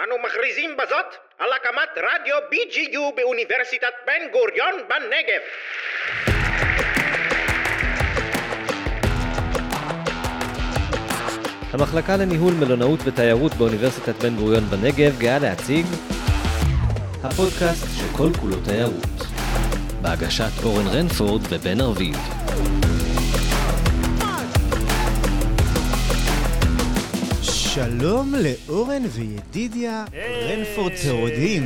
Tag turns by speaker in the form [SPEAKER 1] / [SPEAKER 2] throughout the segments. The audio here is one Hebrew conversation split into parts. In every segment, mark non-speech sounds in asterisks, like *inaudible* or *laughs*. [SPEAKER 1] אנו מכריזים בזאת על הקמת רדיו BGU באוניברסיטת בן גוריון בנגב.
[SPEAKER 2] המחלקה לניהול מלונאות ותיירות באוניברסיטת בן גוריון בנגב גאה להציג הפודקאסט שכל כולו תיירות בהגשת אורן רנפורד ובן ארביב
[SPEAKER 3] שלום לאורן וידידיה רנפורד
[SPEAKER 4] *laughs*
[SPEAKER 3] פירודים.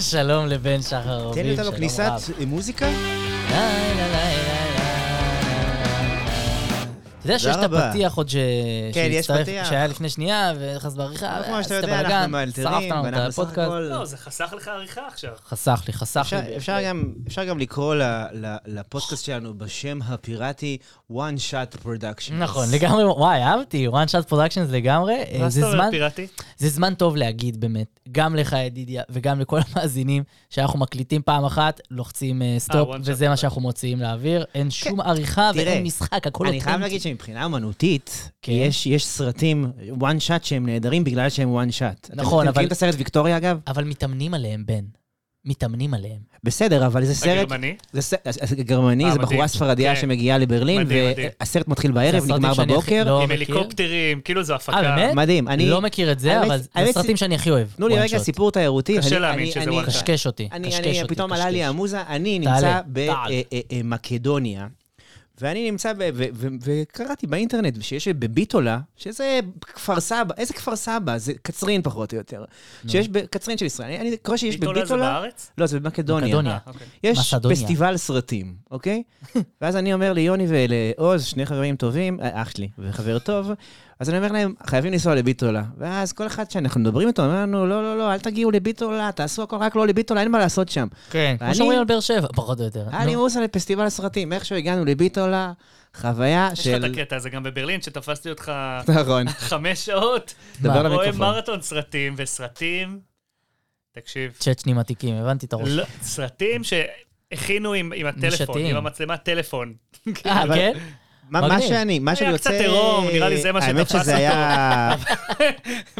[SPEAKER 4] שלום לבן שחר אביב,
[SPEAKER 3] תן לי
[SPEAKER 4] שלום אה,
[SPEAKER 3] אותה לו כניסת מוזיקה?
[SPEAKER 4] לה, לה, לה, לה, לה. אתה יודע שיש את
[SPEAKER 3] רבה.
[SPEAKER 4] הפתיח עוד ש...
[SPEAKER 3] כן, יש
[SPEAKER 4] שהצטרף-
[SPEAKER 3] פתיח.
[SPEAKER 4] שהיה לפני שנייה, ונכנס בעריכה,
[SPEAKER 3] לא כמו שאתה
[SPEAKER 4] עשית
[SPEAKER 3] יודע, אנחנו
[SPEAKER 4] בלאגן,
[SPEAKER 3] מאלתרים,
[SPEAKER 4] שרפת לנו
[SPEAKER 3] ואנחנו
[SPEAKER 4] את
[SPEAKER 3] בסך
[SPEAKER 4] הפודקאסט.
[SPEAKER 3] הכל...
[SPEAKER 5] לא, זה חסך לך עריכה עכשיו.
[SPEAKER 4] חסך לי, חסך
[SPEAKER 3] אפשר-
[SPEAKER 4] לי.
[SPEAKER 3] אפשר גם- אפשר גם לקרוא ל- ל- לפודקאסט שלנו בשם הפיראטי One Shot Production.
[SPEAKER 4] נכון, לגמרי, וואי, אהבתי, one shot productions לגמרי.
[SPEAKER 5] מה
[SPEAKER 4] אה,
[SPEAKER 5] זאת
[SPEAKER 4] זה
[SPEAKER 5] אומרת
[SPEAKER 4] זמן,
[SPEAKER 5] פיראטי?
[SPEAKER 4] זה זמן טוב להגיד באמת, גם לך ידידיה, וגם לכל *laughs* המאזינים, שאנחנו מקליטים פעם אחת, לוחצים אה, סטופ,
[SPEAKER 5] one shot
[SPEAKER 4] וזה מה
[SPEAKER 5] production.
[SPEAKER 4] שאנחנו מוציאים לאוויר. אין שום עריכה
[SPEAKER 3] כן. תראה,
[SPEAKER 4] ואין משחק, הכל
[SPEAKER 3] אני חייב
[SPEAKER 4] אותנטי.
[SPEAKER 3] להגיד שמבחינה אמנותית,
[SPEAKER 4] לא כן.
[SPEAKER 3] יש יש סרטים one shot שהם נהדרים בגלל שהם one shot. אתם-
[SPEAKER 4] נכון,
[SPEAKER 3] אתם
[SPEAKER 4] אבל-
[SPEAKER 3] מכירים את הסרט ויקטוריה אגב?
[SPEAKER 4] אבל מתאמנים עליהם, בן. מתאמנים עליהם. אה,
[SPEAKER 3] בסדר, אבל זה סרט...
[SPEAKER 5] הגרמני?
[SPEAKER 3] זה ס- גרמני,
[SPEAKER 5] אה,
[SPEAKER 3] זו בחורה
[SPEAKER 5] מדהים.
[SPEAKER 3] ספרדיה
[SPEAKER 5] כן.
[SPEAKER 3] שמגיעה לברלין,
[SPEAKER 5] מדהים, מדהים.
[SPEAKER 3] והסרט מתחיל בערב,
[SPEAKER 4] זה הסרטים
[SPEAKER 3] נגמר
[SPEAKER 4] שאני הכי-
[SPEAKER 3] בבוקר.
[SPEAKER 4] לא
[SPEAKER 5] עם
[SPEAKER 4] מכיר.
[SPEAKER 5] הליקופטרים, כאילו זו הפקה.
[SPEAKER 4] אה, באמת?
[SPEAKER 3] מדהים, אני...
[SPEAKER 4] אני לא מכיר את זה,
[SPEAKER 3] האמת-
[SPEAKER 4] אבל זה
[SPEAKER 3] האמת-
[SPEAKER 4] הסרטים שאני הכי אוהב.
[SPEAKER 3] תנו לי
[SPEAKER 4] one
[SPEAKER 3] רגע
[SPEAKER 4] shot.
[SPEAKER 3] סיפור תיירותי.
[SPEAKER 5] קשה
[SPEAKER 3] אני-
[SPEAKER 5] להאמין
[SPEAKER 3] אני-
[SPEAKER 5] שזה
[SPEAKER 3] אני-
[SPEAKER 5] one shot.
[SPEAKER 4] קשקש אותי,
[SPEAKER 3] אני,
[SPEAKER 4] קשקש
[SPEAKER 3] אני,
[SPEAKER 4] אותי.
[SPEAKER 3] פתאום עלה
[SPEAKER 4] קשקש.
[SPEAKER 3] לי המוזה, אני
[SPEAKER 4] תעלה,
[SPEAKER 3] נמצא אה,
[SPEAKER 4] תעלה.
[SPEAKER 3] במקדוניה, ואני נמצא, ב, ו, ו, וקראתי באינטרנט שיש בביטולה, שזה כפר סבא, איזה כפר סבא? זה קצרין פחות או יותר. שיש בקצרין של ישראל. אני, אני קורא שיש
[SPEAKER 5] ביטולה זה
[SPEAKER 3] בביטולה...
[SPEAKER 5] בארץ?
[SPEAKER 3] לא, זה במקדוניה.
[SPEAKER 4] מקדוניה.
[SPEAKER 5] אה, אוקיי.
[SPEAKER 3] יש
[SPEAKER 4] מסדוניה.
[SPEAKER 3] פסטיבל סרטים, אוקיי? ואז אני אומר ליוני ולעוז, שני חברים טובים, אה, אח שלי וחבר טוב, אז אני אומר להם, חייבים לנסוע לביטולה. ואז כל אחד שאנחנו מדברים איתו, אומר לנו, לא, לא, לא, אל תגיעו לביטולה, תעשו הכל רק לא לביטולה, אין מה לעשות שם. "אה,
[SPEAKER 4] כן,
[SPEAKER 3] ואני-
[SPEAKER 4] כמו שאומרים על באר שבע, פחות או יותר.
[SPEAKER 3] היה לי
[SPEAKER 4] נו.
[SPEAKER 3] מוסר לפסטיבל הסרטים, איכשהו הגענו לביטולה, חוויה
[SPEAKER 5] יש לך
[SPEAKER 3] של...
[SPEAKER 5] את הקטע הזה גם בברלין, שתפסתי אותך
[SPEAKER 3] *laughs* נכון,
[SPEAKER 5] חמש שעות,
[SPEAKER 3] דבר
[SPEAKER 4] מה,
[SPEAKER 5] רואה
[SPEAKER 3] למיקרופון.
[SPEAKER 5] מרתון סרטים וסרטים. תקשיב,
[SPEAKER 4] צ'צ'נים עתיקים, הבנתי את הראש.
[SPEAKER 5] לא, סרטים שהכינו עם עם הטלפון,
[SPEAKER 4] נישתיים.
[SPEAKER 5] עם המצלמה
[SPEAKER 4] *laughs*
[SPEAKER 5] טלפון. *laughs*
[SPEAKER 4] אה,
[SPEAKER 3] אבל-
[SPEAKER 4] כן?
[SPEAKER 3] מה מה
[SPEAKER 4] מגניב.
[SPEAKER 3] שאני, מה
[SPEAKER 5] היה
[SPEAKER 3] שאני
[SPEAKER 5] קצת
[SPEAKER 3] רוצה...
[SPEAKER 5] עירום, נראה לי זה מה
[SPEAKER 3] האמת
[SPEAKER 5] שתפס
[SPEAKER 3] שזה
[SPEAKER 5] אותו. *laughs*
[SPEAKER 3] היה...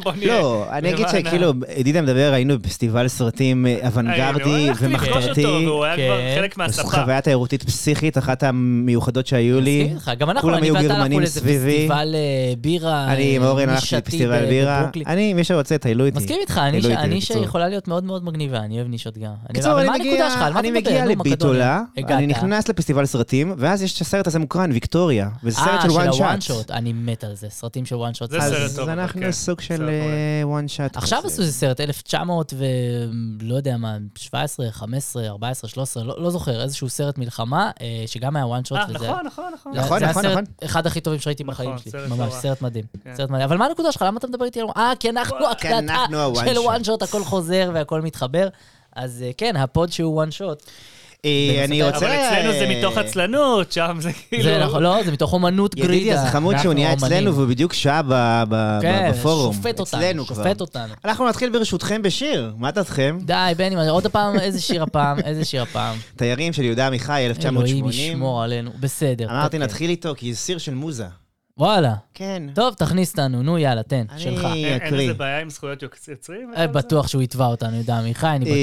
[SPEAKER 5] בוא נראה.
[SPEAKER 3] לא, אני אגיד
[SPEAKER 5] למען ה-
[SPEAKER 3] שכאילו, ידידה מדבר, היינו בפסטיבל סרטים אה, אוונגרדי
[SPEAKER 5] היינו, הלכתי לפגוש
[SPEAKER 3] ומחתרתי.
[SPEAKER 5] אותו, והוא היה
[SPEAKER 4] כן.
[SPEAKER 5] כבר חלק
[SPEAKER 3] זו
[SPEAKER 5] מהספה.
[SPEAKER 3] חוויה תיירותית פסיכית, אחת המיוחדות שהיו לי.
[SPEAKER 4] מסכים איתך, גם אנחנו,
[SPEAKER 3] כולם
[SPEAKER 4] אני
[SPEAKER 3] היו
[SPEAKER 4] ואתה הלכנו
[SPEAKER 3] גרמנים
[SPEAKER 4] לאיזה
[SPEAKER 3] סביבי.
[SPEAKER 4] פסטיבל אה, בירה.
[SPEAKER 3] אני עם
[SPEAKER 4] אה,
[SPEAKER 3] אורן הלכתי
[SPEAKER 4] נישתי
[SPEAKER 3] לפסטיבל
[SPEAKER 4] ב-
[SPEAKER 3] בירה.
[SPEAKER 4] בברוקלין.
[SPEAKER 3] אני, מי שרוצה, טיילו איתי.
[SPEAKER 4] מסכים איתך, אני ש-
[SPEAKER 3] אלוהית,
[SPEAKER 4] אני
[SPEAKER 3] בקיצור.
[SPEAKER 4] שיכולה להיות מאוד מאוד מגניבה, אני אוהב נישות גם. אני- לא-
[SPEAKER 3] בקיצור,
[SPEAKER 4] אבל
[SPEAKER 3] אני
[SPEAKER 4] מה הנקודה
[SPEAKER 3] מגיע,
[SPEAKER 4] שלך? על מה
[SPEAKER 3] אני
[SPEAKER 4] אתה מדבר?
[SPEAKER 3] מגיע
[SPEAKER 4] נו,
[SPEAKER 3] לביטולה,
[SPEAKER 4] מקדוניה.
[SPEAKER 3] אני
[SPEAKER 4] הגעת.
[SPEAKER 3] נכנס לפסטיבל סרטים, ואז יש את הסרט הזה מוקרן, ויקטוריה, וזה סרט של
[SPEAKER 4] אה,
[SPEAKER 3] וואן
[SPEAKER 4] של הוואן
[SPEAKER 3] שאט.
[SPEAKER 4] שוט. אני מת על זה, סרטים של וואן שוט.
[SPEAKER 5] זה סרט
[SPEAKER 3] אז
[SPEAKER 5] טוב, אבל
[SPEAKER 3] אנחנו
[SPEAKER 5] כן.
[SPEAKER 3] סוג
[SPEAKER 5] סרט
[SPEAKER 3] של אה,
[SPEAKER 5] מעולה.
[SPEAKER 3] וואן שאט.
[SPEAKER 4] עכשיו עשו איזה סרט, 1900 ו... לא יודע מה, 17, 15, 14, 13, לא, לא זוכר, איזשהו סרט מלחמה, אה, שגם היה וואן שוט.
[SPEAKER 5] אה, נכון, נכון, נכון.
[SPEAKER 3] נכון,
[SPEAKER 4] זה
[SPEAKER 3] נכון,
[SPEAKER 4] היה
[SPEAKER 3] נכון.
[SPEAKER 4] סרט אחד הכי טובים שראיתי
[SPEAKER 5] נכון,
[SPEAKER 4] בחיים שלי.
[SPEAKER 5] סרט
[SPEAKER 4] ממש,
[SPEAKER 5] נורא.
[SPEAKER 4] סרט מדהים.
[SPEAKER 5] כן.
[SPEAKER 4] סרט מדהים. אבל מה הנקודה שלך? למה אתה מדבר איתי על... אה, כי אנחנו
[SPEAKER 3] כי
[SPEAKER 4] הקלטה
[SPEAKER 3] אנחנו הוואן
[SPEAKER 4] של
[SPEAKER 3] שוט.
[SPEAKER 4] וואן שוט, הכל חוזר והכל מתחבר. אז אה, כן, הפוד שהוא וואן שוט.
[SPEAKER 3] אה, אני
[SPEAKER 4] אבל
[SPEAKER 3] רוצה...
[SPEAKER 5] אבל אצלנו זה מתוך עצלנות, שם זה כאילו...
[SPEAKER 4] זה נכון, לא, זה מתוך אומנות גרידה.
[SPEAKER 3] ידידי, אז חמוד שהוא
[SPEAKER 4] אנחנו
[SPEAKER 3] נהיה
[SPEAKER 4] אומנים.
[SPEAKER 3] אצלנו, והוא בדיוק שעה ב- ב-
[SPEAKER 4] כן,
[SPEAKER 3] בפורום.
[SPEAKER 4] שופט אותנו,
[SPEAKER 3] אצלנו כבר.
[SPEAKER 4] שופט אותנו.
[SPEAKER 3] אנחנו נתחיל ברשותכם בשיר, מה דעתכם?
[SPEAKER 4] די, בני, מה- עוד פעם, איזה שיר הפעם, איזה שיר הפעם.
[SPEAKER 3] תיירים של יהודה עמיחי,
[SPEAKER 4] אלוהים
[SPEAKER 3] 1980.
[SPEAKER 4] ישמור עלינו, בסדר.
[SPEAKER 3] אמרתי
[SPEAKER 4] אוקיי.
[SPEAKER 3] נתחיל איתו, כי זה סיר של מוזה.
[SPEAKER 4] וואלה.
[SPEAKER 3] כן.
[SPEAKER 4] טוב, תכניס אותנו, נו יאללה, תן, שלך.
[SPEAKER 3] אני
[SPEAKER 5] אין אין איזה
[SPEAKER 3] אקריא.
[SPEAKER 5] בעיה עם זכויות יוצ- יוצרים?
[SPEAKER 4] אה, בטוח שהוא יתבע אותנו, ידע עמיחי, אני בטוח.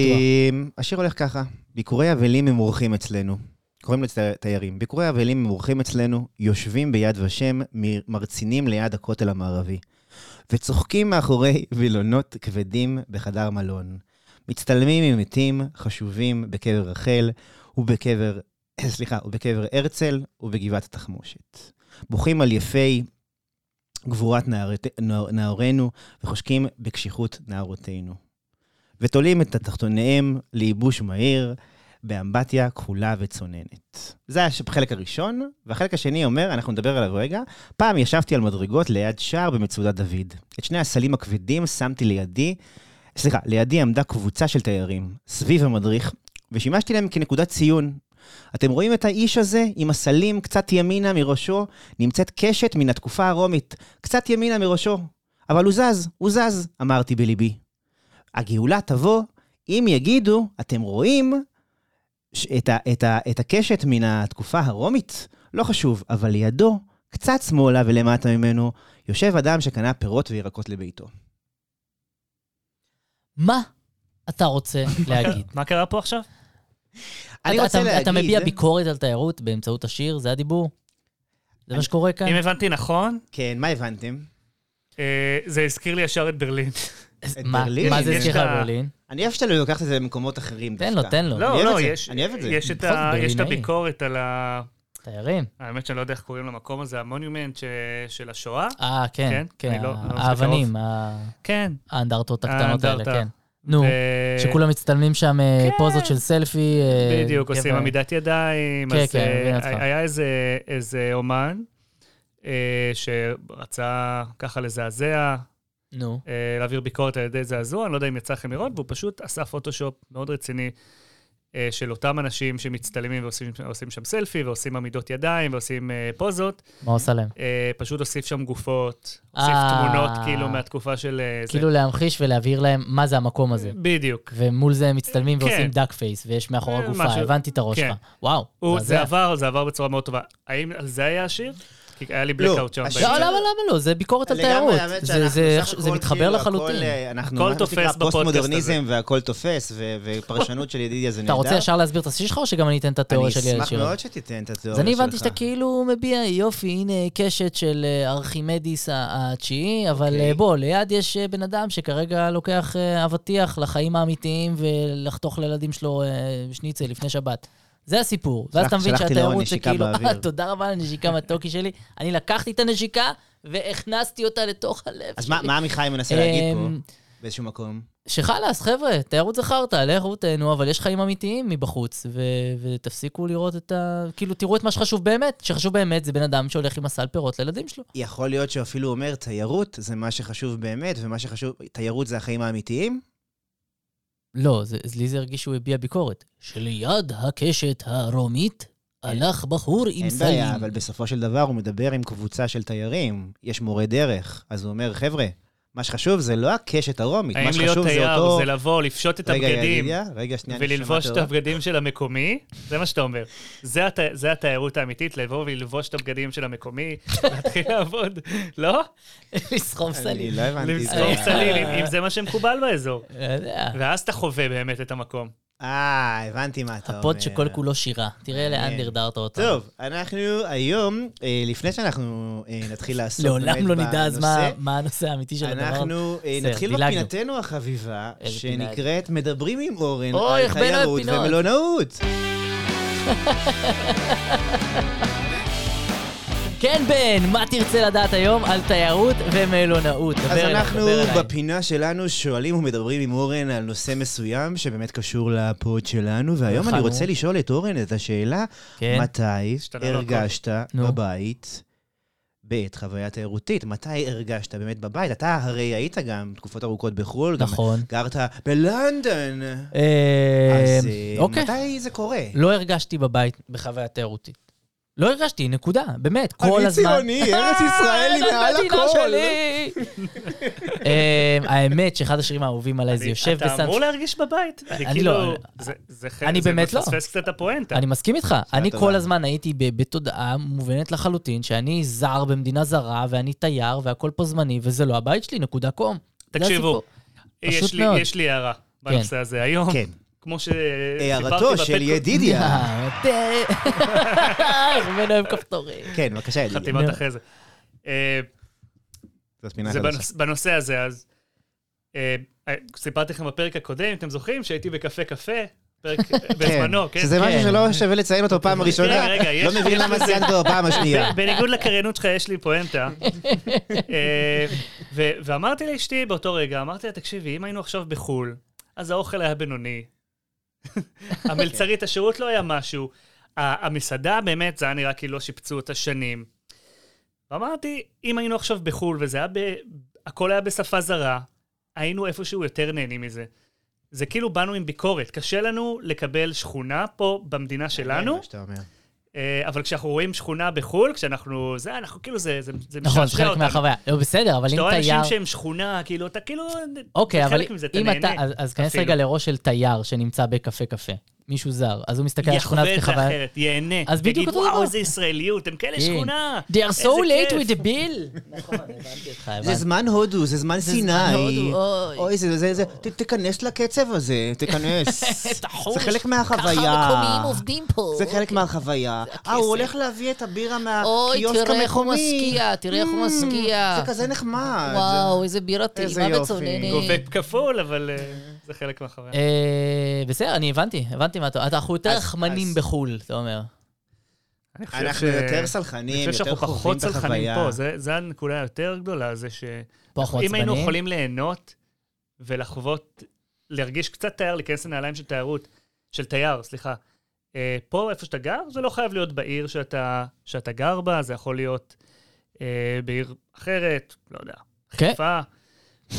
[SPEAKER 3] אמ, השיר הולך ככה, ביקורי אבלים הם אורחים אצלנו. קוראים לזה תיירים. ביקורי אבלים הם אורחים אצלנו, יושבים ביד ושם, מ- מרצינים ליד הכותל המערבי. וצוחקים מאחורי וילונות כבדים בחדר מלון. מצטלמים עם מתים חשובים בקבר רחל ובקבר, *clears throat* סליחה, ובקבר הרצל ובגבעת התחמושת. בוכים על יפי גבורת נערת, נע- נעורנו וחושקים בקשיחות נערותינו. ותולים את התחתוניהם לייבוש מהיר באמבטיה כחולה וצוננת. זה הש- החלק הראשון, והחלק השני אומר, אנחנו נדבר עליו רגע, פעם ישבתי על מדרגות ליד שער במצודת דוד. את שני הסלים הכבדים שמתי לידי, סליחה, לידי עמדה קבוצה של תיירים, סביב המדריך, ושימשתי להם כנקודת ציון. אתם רואים את האיש הזה עם הסלים קצת ימינה מראשו, נמצאת קשת מן התקופה הרומית, קצת ימינה מראשו. אבל הוא זז, הוא זז, אמרתי בליבי. הגאולה תבוא אם יגידו, אתם רואים ש- את, ה, את, ה, את הקשת מן התקופה הרומית? לא חשוב, אבל לידו, קצת שמאלה ולמטה ממנו, יושב אדם שקנה פירות וירקות לביתו.
[SPEAKER 4] מה אתה
[SPEAKER 3] *laughs*
[SPEAKER 4] רוצה להגיד?
[SPEAKER 5] מה קרה פה עכשיו?
[SPEAKER 3] אני
[SPEAKER 4] אתה-
[SPEAKER 3] רוצה
[SPEAKER 4] אתה- אתה מביע
[SPEAKER 3] להגיד...
[SPEAKER 4] ביקורת על תיירות באמצעות השיר? זה הדיבור? זה מה שקורה כאן?
[SPEAKER 5] אם הבנתי נכון,
[SPEAKER 3] כן, מה הבנתם?
[SPEAKER 5] אה, זה הזכיר לי ישר את ברלין.
[SPEAKER 4] אז
[SPEAKER 3] את
[SPEAKER 4] מה-
[SPEAKER 3] ברלין?
[SPEAKER 4] מה זה
[SPEAKER 5] יש
[SPEAKER 4] אצלך
[SPEAKER 5] את ה-
[SPEAKER 4] ברלין?
[SPEAKER 3] אני אוהב שאתה לא לוקח את זה למקומות אחרים
[SPEAKER 4] תן
[SPEAKER 3] דווקא.
[SPEAKER 4] לו, תן לו.
[SPEAKER 5] לא,
[SPEAKER 3] אוהב
[SPEAKER 5] לא,
[SPEAKER 3] את זה,
[SPEAKER 5] יש
[SPEAKER 3] אני אוהב את זה.
[SPEAKER 5] יש את
[SPEAKER 4] בכל זאת,
[SPEAKER 5] ה- יש את
[SPEAKER 4] נכון, ברלינאי.
[SPEAKER 5] הביקורת על ה...
[SPEAKER 4] תיירים.
[SPEAKER 5] האמת שאני לא יודע איך קוראים למקום הזה, המונומנט ש- של השואה.
[SPEAKER 4] אה, כן,
[SPEAKER 5] כן,
[SPEAKER 4] כן,
[SPEAKER 5] אני לא- לא
[SPEAKER 4] האבנים, ה-
[SPEAKER 5] כן. אה,
[SPEAKER 4] האנדרטות הקטנות האלה,
[SPEAKER 5] האנדרטה.
[SPEAKER 4] כן. נו,
[SPEAKER 5] ו-
[SPEAKER 4] שכולם מצטלמים שם אה,
[SPEAKER 5] כן.
[SPEAKER 4] פוזות של סלפי. אה,
[SPEAKER 5] בדיוק,
[SPEAKER 4] גבר.
[SPEAKER 5] עושים עמידת ידיים.
[SPEAKER 4] כן,
[SPEAKER 5] אז,
[SPEAKER 4] כן,
[SPEAKER 5] אה,
[SPEAKER 4] מבין אותך.
[SPEAKER 5] היה איזה- איזה אומן אה, שרצה ככה לזעזע,
[SPEAKER 4] נו,
[SPEAKER 5] אה, להעביר ביקורת על ידי זעזוע, אני לא יודע אם יצא לכם לראות, והוא פשוט עשה פוטושופ מאוד רציני אה, של אותם אנשים שמצטלמים ועושים עושים שם סלפי, ועושים עמידות ידיים, ועושים אה, פוזות.
[SPEAKER 4] מה עושה להם?
[SPEAKER 5] אה, פשוט הוסיף שם גופות, הוסיף
[SPEAKER 4] אה.
[SPEAKER 5] תמונות כאילו מהתקופה של... אה, זה.
[SPEAKER 4] כאילו להמחיש ולהבהיר להם מה זה המקום הזה.
[SPEAKER 5] בדיוק.
[SPEAKER 4] ומול זה הם מצטלמים
[SPEAKER 5] כן.
[SPEAKER 4] ועושים דאק פייס, ויש מאחורי
[SPEAKER 5] אה,
[SPEAKER 4] הגופה,
[SPEAKER 5] משהו.
[SPEAKER 4] הבנתי את הראש
[SPEAKER 5] כן.
[SPEAKER 4] שלך. וואו,
[SPEAKER 5] הוא-
[SPEAKER 4] מזעזע.
[SPEAKER 5] זה עבר, זה עבר בצורה מאוד טובה. האם על זה היה השיר? כי היה לי
[SPEAKER 3] לא,
[SPEAKER 5] בלקאוט שם.
[SPEAKER 3] השיר-
[SPEAKER 5] באמצע.
[SPEAKER 4] לא, למה, למה לא? זה ביקורת על תיירות.
[SPEAKER 3] לגמרי, האמת
[SPEAKER 4] זה-
[SPEAKER 3] שאנחנו
[SPEAKER 4] זה-
[SPEAKER 3] בסך
[SPEAKER 4] זה
[SPEAKER 3] הכל
[SPEAKER 4] מתחבר
[SPEAKER 3] כאילו,
[SPEAKER 4] לחלוטין.
[SPEAKER 3] הכל, אה, אנחנו,
[SPEAKER 5] הכל
[SPEAKER 3] מה
[SPEAKER 5] תופס
[SPEAKER 3] שנקרא,
[SPEAKER 5] בפודקאסט
[SPEAKER 3] פוסט-מודרניזם והכל תופס, ו- ופרשנות של ידידיה זה
[SPEAKER 4] אתה
[SPEAKER 3] נהדר.
[SPEAKER 4] רוצה ישר להסביר את השיר שלך, או שגם אני אתן את התיאוריה שלי על
[SPEAKER 3] אני אשמח
[SPEAKER 4] השיר?
[SPEAKER 3] מאוד שתיתן את התיאוריה
[SPEAKER 4] אז
[SPEAKER 3] שלך.
[SPEAKER 4] אני הבנתי שאתה כאילו מביע, יופי, הנה קשת של אה, ארכימדיס ה- התשיעי, אבל
[SPEAKER 3] אוקיי.
[SPEAKER 4] אה, בוא, ליד יש אה, בן אדם שכרגע לוקח אה, אבטיח לחיים האמיתיים ולחתוך לילדים שלו אה, שניצל לפני שבת. זה הסיפור. ואז
[SPEAKER 3] שלח-
[SPEAKER 4] אתה מבין
[SPEAKER 3] שלחתי לו
[SPEAKER 4] שהתיירות זה
[SPEAKER 3] נשיקה
[SPEAKER 4] כאילו,
[SPEAKER 3] באוויר.
[SPEAKER 4] "אה, תודה רבה על הנשיקה מהטוקי שלי. אני לקחתי את הנשיקה והכנסתי אותה לתוך הלב שלי.
[SPEAKER 3] אז מה מה עמיחי מנסה להגיד פה,
[SPEAKER 4] אמ,
[SPEAKER 3] באיזשהו מקום?
[SPEAKER 4] שחלאס, חבר'ה, תיירות זה חרטא, לכו תהנו, אבל יש חיים אמיתיים מבחוץ, ו- ותפסיקו לראות את ה... כאילו, תראו את מה שחשוב באמת. שחשוב באמת זה בן אדם שהולך עם הסל פירות לילדים שלו.
[SPEAKER 3] יכול להיות שהוא אפילו אומר, תיירות זה מה שחשוב באמת, ומה שחשוב, תיירות זה החיים האמיתיים?
[SPEAKER 4] לא, זה, אז לי זה הרגיש שהוא הביע ביקורת. שליד הקשת הרומית הלך בחור עם
[SPEAKER 3] אין
[SPEAKER 4] סלים.
[SPEAKER 3] בעיה, אבל בסופו של דבר הוא מדבר עם קבוצה של תיירים, יש מורה דרך, אז הוא אומר, חבר'ה, מה שחשוב זה לא הקשת הרומית,
[SPEAKER 5] האם
[SPEAKER 3] מה
[SPEAKER 5] להיות
[SPEAKER 3] שחשוב זה
[SPEAKER 5] תייר
[SPEAKER 3] אותו...
[SPEAKER 5] זה לבוא, לפשוט את
[SPEAKER 3] רגע,
[SPEAKER 5] הבגדים
[SPEAKER 3] ידידיה, רגע, שנייה, אני שומע
[SPEAKER 5] וללבוש את
[SPEAKER 3] תיאוריה.
[SPEAKER 5] הבגדים של המקומי? זה מה שאתה אומר. זה הת- זה התיירות האמיתית, לבוא וללבוש את הבגדים של המקומי, *laughs* להתחיל לעבוד. לא?
[SPEAKER 4] *laughs* לסחוב
[SPEAKER 3] אני
[SPEAKER 4] סלים.
[SPEAKER 3] לא הבנתי. את
[SPEAKER 5] לסחוב
[SPEAKER 3] ה-
[SPEAKER 5] סלים, אם- אם זה מה שמקובל באזור.
[SPEAKER 4] לא יודע.
[SPEAKER 5] ואז אתה חווה באמת את המקום.
[SPEAKER 3] אה, הבנתי מה אתה אומר.
[SPEAKER 4] הפוד שכל כולו שירה. תראה לאן דרדרת אותנו.
[SPEAKER 3] טוב, אנחנו היום, אה, לפני שאנחנו אה, נתחיל לעסוק
[SPEAKER 4] לעולם
[SPEAKER 3] באמת
[SPEAKER 4] לא נדע אז מה-
[SPEAKER 3] בנושא,
[SPEAKER 4] מה הנושא האמיתי של הדבר.
[SPEAKER 3] אנחנו אה,
[SPEAKER 4] בסדר,
[SPEAKER 3] נתחיל
[SPEAKER 4] דילגנו.
[SPEAKER 3] בפינתנו החביבה,
[SPEAKER 4] איזה פינה
[SPEAKER 3] שנקראת מדברים עם אורן
[SPEAKER 4] אוי,
[SPEAKER 3] על
[SPEAKER 4] איך בין
[SPEAKER 3] תיירות
[SPEAKER 4] הפינות.
[SPEAKER 3] ומלונאות.
[SPEAKER 4] כן, בן, מה תרצה לדעת היום על תיירות ומלונאות? דבר
[SPEAKER 3] אז
[SPEAKER 4] אליי,
[SPEAKER 3] אנחנו
[SPEAKER 4] דבר אליי.
[SPEAKER 3] בפינה שלנו שואלים ומדברים עם אורן על נושא מסוים שבאמת קשור לפוד שלנו, והיום אני
[SPEAKER 4] חנו.
[SPEAKER 3] רוצה לשאול את אורן את השאלה,
[SPEAKER 4] נכון. כן.
[SPEAKER 3] מתי
[SPEAKER 5] השתנה לו הכל.
[SPEAKER 3] הרגשת
[SPEAKER 4] נו.
[SPEAKER 3] בבית בעת חוויה תיירותית? מתי הרגשת באמת בבית? אתה הרי היית גם תקופות ארוכות בחו"ל, גם
[SPEAKER 4] נכון.
[SPEAKER 3] גרת בלונדון.
[SPEAKER 4] אה,
[SPEAKER 3] אז אה,
[SPEAKER 4] אוקיי.
[SPEAKER 3] מתי זה קורה?
[SPEAKER 4] לא הרגשתי בבית בחוויה תיירותית. לא הרגשתי, נקודה, באמת, כל
[SPEAKER 3] אני
[SPEAKER 4] הזמן.
[SPEAKER 3] ציוני, ארץ ישראל היא
[SPEAKER 4] אה, זאת
[SPEAKER 3] מעל
[SPEAKER 4] המדינה
[SPEAKER 3] הכל.
[SPEAKER 4] שלי. אה, האמת שאחד השירים האהובים עליי זה
[SPEAKER 5] אני-
[SPEAKER 4] יושב
[SPEAKER 5] אתה
[SPEAKER 4] בסן...
[SPEAKER 5] אמור להרגיש בבית.
[SPEAKER 4] אני
[SPEAKER 5] אני כאילו,
[SPEAKER 4] לא-
[SPEAKER 5] זה- זה חלק,
[SPEAKER 4] אני
[SPEAKER 5] זה
[SPEAKER 4] באמת לא.
[SPEAKER 5] מפספס קצת את הפואנטה.
[SPEAKER 4] אני מסכים איתך, אני
[SPEAKER 3] תודה.
[SPEAKER 4] כל הזמן הייתי ב- בתודעה מובנת לחלוטין, שאני זר במדינה זרה, ואני תייר, והכל פה זמני, וזה לא הבית שלי, נקודה קום. זה
[SPEAKER 5] תקשיבו,
[SPEAKER 4] הסיפור.
[SPEAKER 5] יש
[SPEAKER 4] פשוט
[SPEAKER 5] לי-
[SPEAKER 4] מאוד. כן.
[SPEAKER 5] יש לי הערה בנושא הזה
[SPEAKER 4] לא.
[SPEAKER 5] היום.
[SPEAKER 3] כן.
[SPEAKER 5] כמו שסיפרתי
[SPEAKER 3] הערתו של ידידיה. *laughs*
[SPEAKER 4] *laughs* אה, תה- איך בן אוהב כפתורים.
[SPEAKER 3] כן, בבקשה, ידידיה.
[SPEAKER 5] חתימת אחרי זה. אה,
[SPEAKER 3] זאת פינה
[SPEAKER 5] זה
[SPEAKER 3] חדשה.
[SPEAKER 5] בנוש- בנושא הזה, אז... אה, אה, סיפרתי לכם בפרק הקודם, אם אתם זוכרים, שהייתי בקפה קפה, פרק
[SPEAKER 3] *laughs*
[SPEAKER 5] בזמנו, כן?
[SPEAKER 3] שזה משהו
[SPEAKER 4] כן.
[SPEAKER 3] שלא שווה לציין אותו פעם הראשונה.
[SPEAKER 5] רגע, רגע, יש-
[SPEAKER 3] לא מבין
[SPEAKER 5] יש
[SPEAKER 3] למה
[SPEAKER 5] בזה-
[SPEAKER 3] ציינת אותו
[SPEAKER 5] *laughs*
[SPEAKER 3] פעם השנייה.
[SPEAKER 5] בניגוד לקריינות שלך, יש לי פואנטה. אה, ו- ואמרתי לאשתי באותו רגע, אמרתי לה, תקשיבי, אם היינו עכשיו בחו"ל, אז האוכל היה בינוני. המלצרית, השירות לא היה משהו. ה- המסעדה באמת, זה היה נראה כאילו לא שיפצו אותה שנים. ואמרתי, אם היינו עכשיו בחו"ל, וזה היה ב... הכל היה בשפה זרה, היינו איפשהו יותר נהנים מזה. זה כאילו באנו עם ביקורת. קשה לנו לקבל שכונה פה במדינה שלנו,
[SPEAKER 3] מה שאתה אומר.
[SPEAKER 5] אה, אבל כשאנחנו רואים שכונה בחו"ל, כשאנחנו... זה, אנחנו כאילו, זה, זה, זה
[SPEAKER 4] נכון, זה
[SPEAKER 5] משעשע
[SPEAKER 4] חלק
[SPEAKER 5] אותנו.
[SPEAKER 4] מהחוויה. לא, בסדר, אבל אם
[SPEAKER 5] כשאתה רואה
[SPEAKER 4] תייר...
[SPEAKER 5] אנשים שהם שכונה, כאילו, אתה כאילו...
[SPEAKER 4] אוקיי,
[SPEAKER 5] זה
[SPEAKER 4] אבל
[SPEAKER 5] חלק מזה,
[SPEAKER 4] אם אתה...
[SPEAKER 5] נהנה.
[SPEAKER 4] אז- אז כנס
[SPEAKER 5] אפילו.
[SPEAKER 4] רגע לראש של תייר שנמצא בקפה קפה. מישהו זר, אז הוא מסתכל על
[SPEAKER 5] יחווה
[SPEAKER 4] השכונה הזאת
[SPEAKER 5] את זה
[SPEAKER 4] כחוויה.
[SPEAKER 5] אחרת, ייהנה.
[SPEAKER 4] אז בדיוק
[SPEAKER 5] יגיד,
[SPEAKER 4] אותו דבר.
[SPEAKER 5] וואו, איזה ישראליות, הם כאלה
[SPEAKER 4] כן.
[SPEAKER 5] שכונה.
[SPEAKER 4] They are
[SPEAKER 5] איזה
[SPEAKER 4] so late
[SPEAKER 5] כיף."
[SPEAKER 4] with the bill. נכון, הבנתי *laughs* אותך,
[SPEAKER 3] זה
[SPEAKER 4] הבנתי.
[SPEAKER 3] זמן הודו, זה זמן סיני.
[SPEAKER 4] הודו, אוי.
[SPEAKER 3] אוי, זה, זה, זה, ת- תיכנס לקצב הזה, תיכנס. *laughs*
[SPEAKER 4] תחוש,
[SPEAKER 3] זה חלק
[SPEAKER 4] ככה
[SPEAKER 3] מהחוויה.
[SPEAKER 4] המקומיים עובדים פה.
[SPEAKER 3] זה חלק מהחוויה. אה, הוא הולך להביא את הבירה
[SPEAKER 4] אוי,
[SPEAKER 3] מהקיוסק המקומי.
[SPEAKER 4] תראה איך הוא משקיע, תראה איך הוא
[SPEAKER 3] Mm,
[SPEAKER 4] משקיע.
[SPEAKER 3] זה כזה נחמד.
[SPEAKER 4] וואו, איזה בירה טעימה
[SPEAKER 3] יופי.
[SPEAKER 4] וצוננת.
[SPEAKER 5] גובה כפול, אבל אה, זה חלק מהחוויה.
[SPEAKER 4] אה, בסדר, אני הבנתי, הבנתי מה אתה... אתה- אנחנו יותר
[SPEAKER 3] אז-
[SPEAKER 4] רחמנים
[SPEAKER 3] אז-
[SPEAKER 4] בחו"ל, אתה אומר.
[SPEAKER 5] אני חושב
[SPEAKER 3] אנחנו
[SPEAKER 5] ש-
[SPEAKER 3] יותר
[SPEAKER 5] אני
[SPEAKER 3] סלחנים,
[SPEAKER 5] חושב
[SPEAKER 3] יותר
[SPEAKER 5] שאנחנו
[SPEAKER 3] חוכבים
[SPEAKER 5] פחות
[SPEAKER 3] את
[SPEAKER 5] סלחנים
[SPEAKER 3] החוויה.
[SPEAKER 5] פה, זה- זה הנקודה היותר גדולה, זה ש...
[SPEAKER 4] פחות
[SPEAKER 5] אם היינו
[SPEAKER 4] עצבניים.
[SPEAKER 5] יכולים ליהנות ולחוות, להרגיש קצת תייר, להיכנס לנעליים של תיירות, של תייר, סליחה. אה, פה, איפה שאתה גר, זה לא חייב להיות בעיר שאתה, שאתה גר בה, זה יכול להיות אה, בעיר אחרת, לא יודע,
[SPEAKER 4] כן.
[SPEAKER 5] חיפה,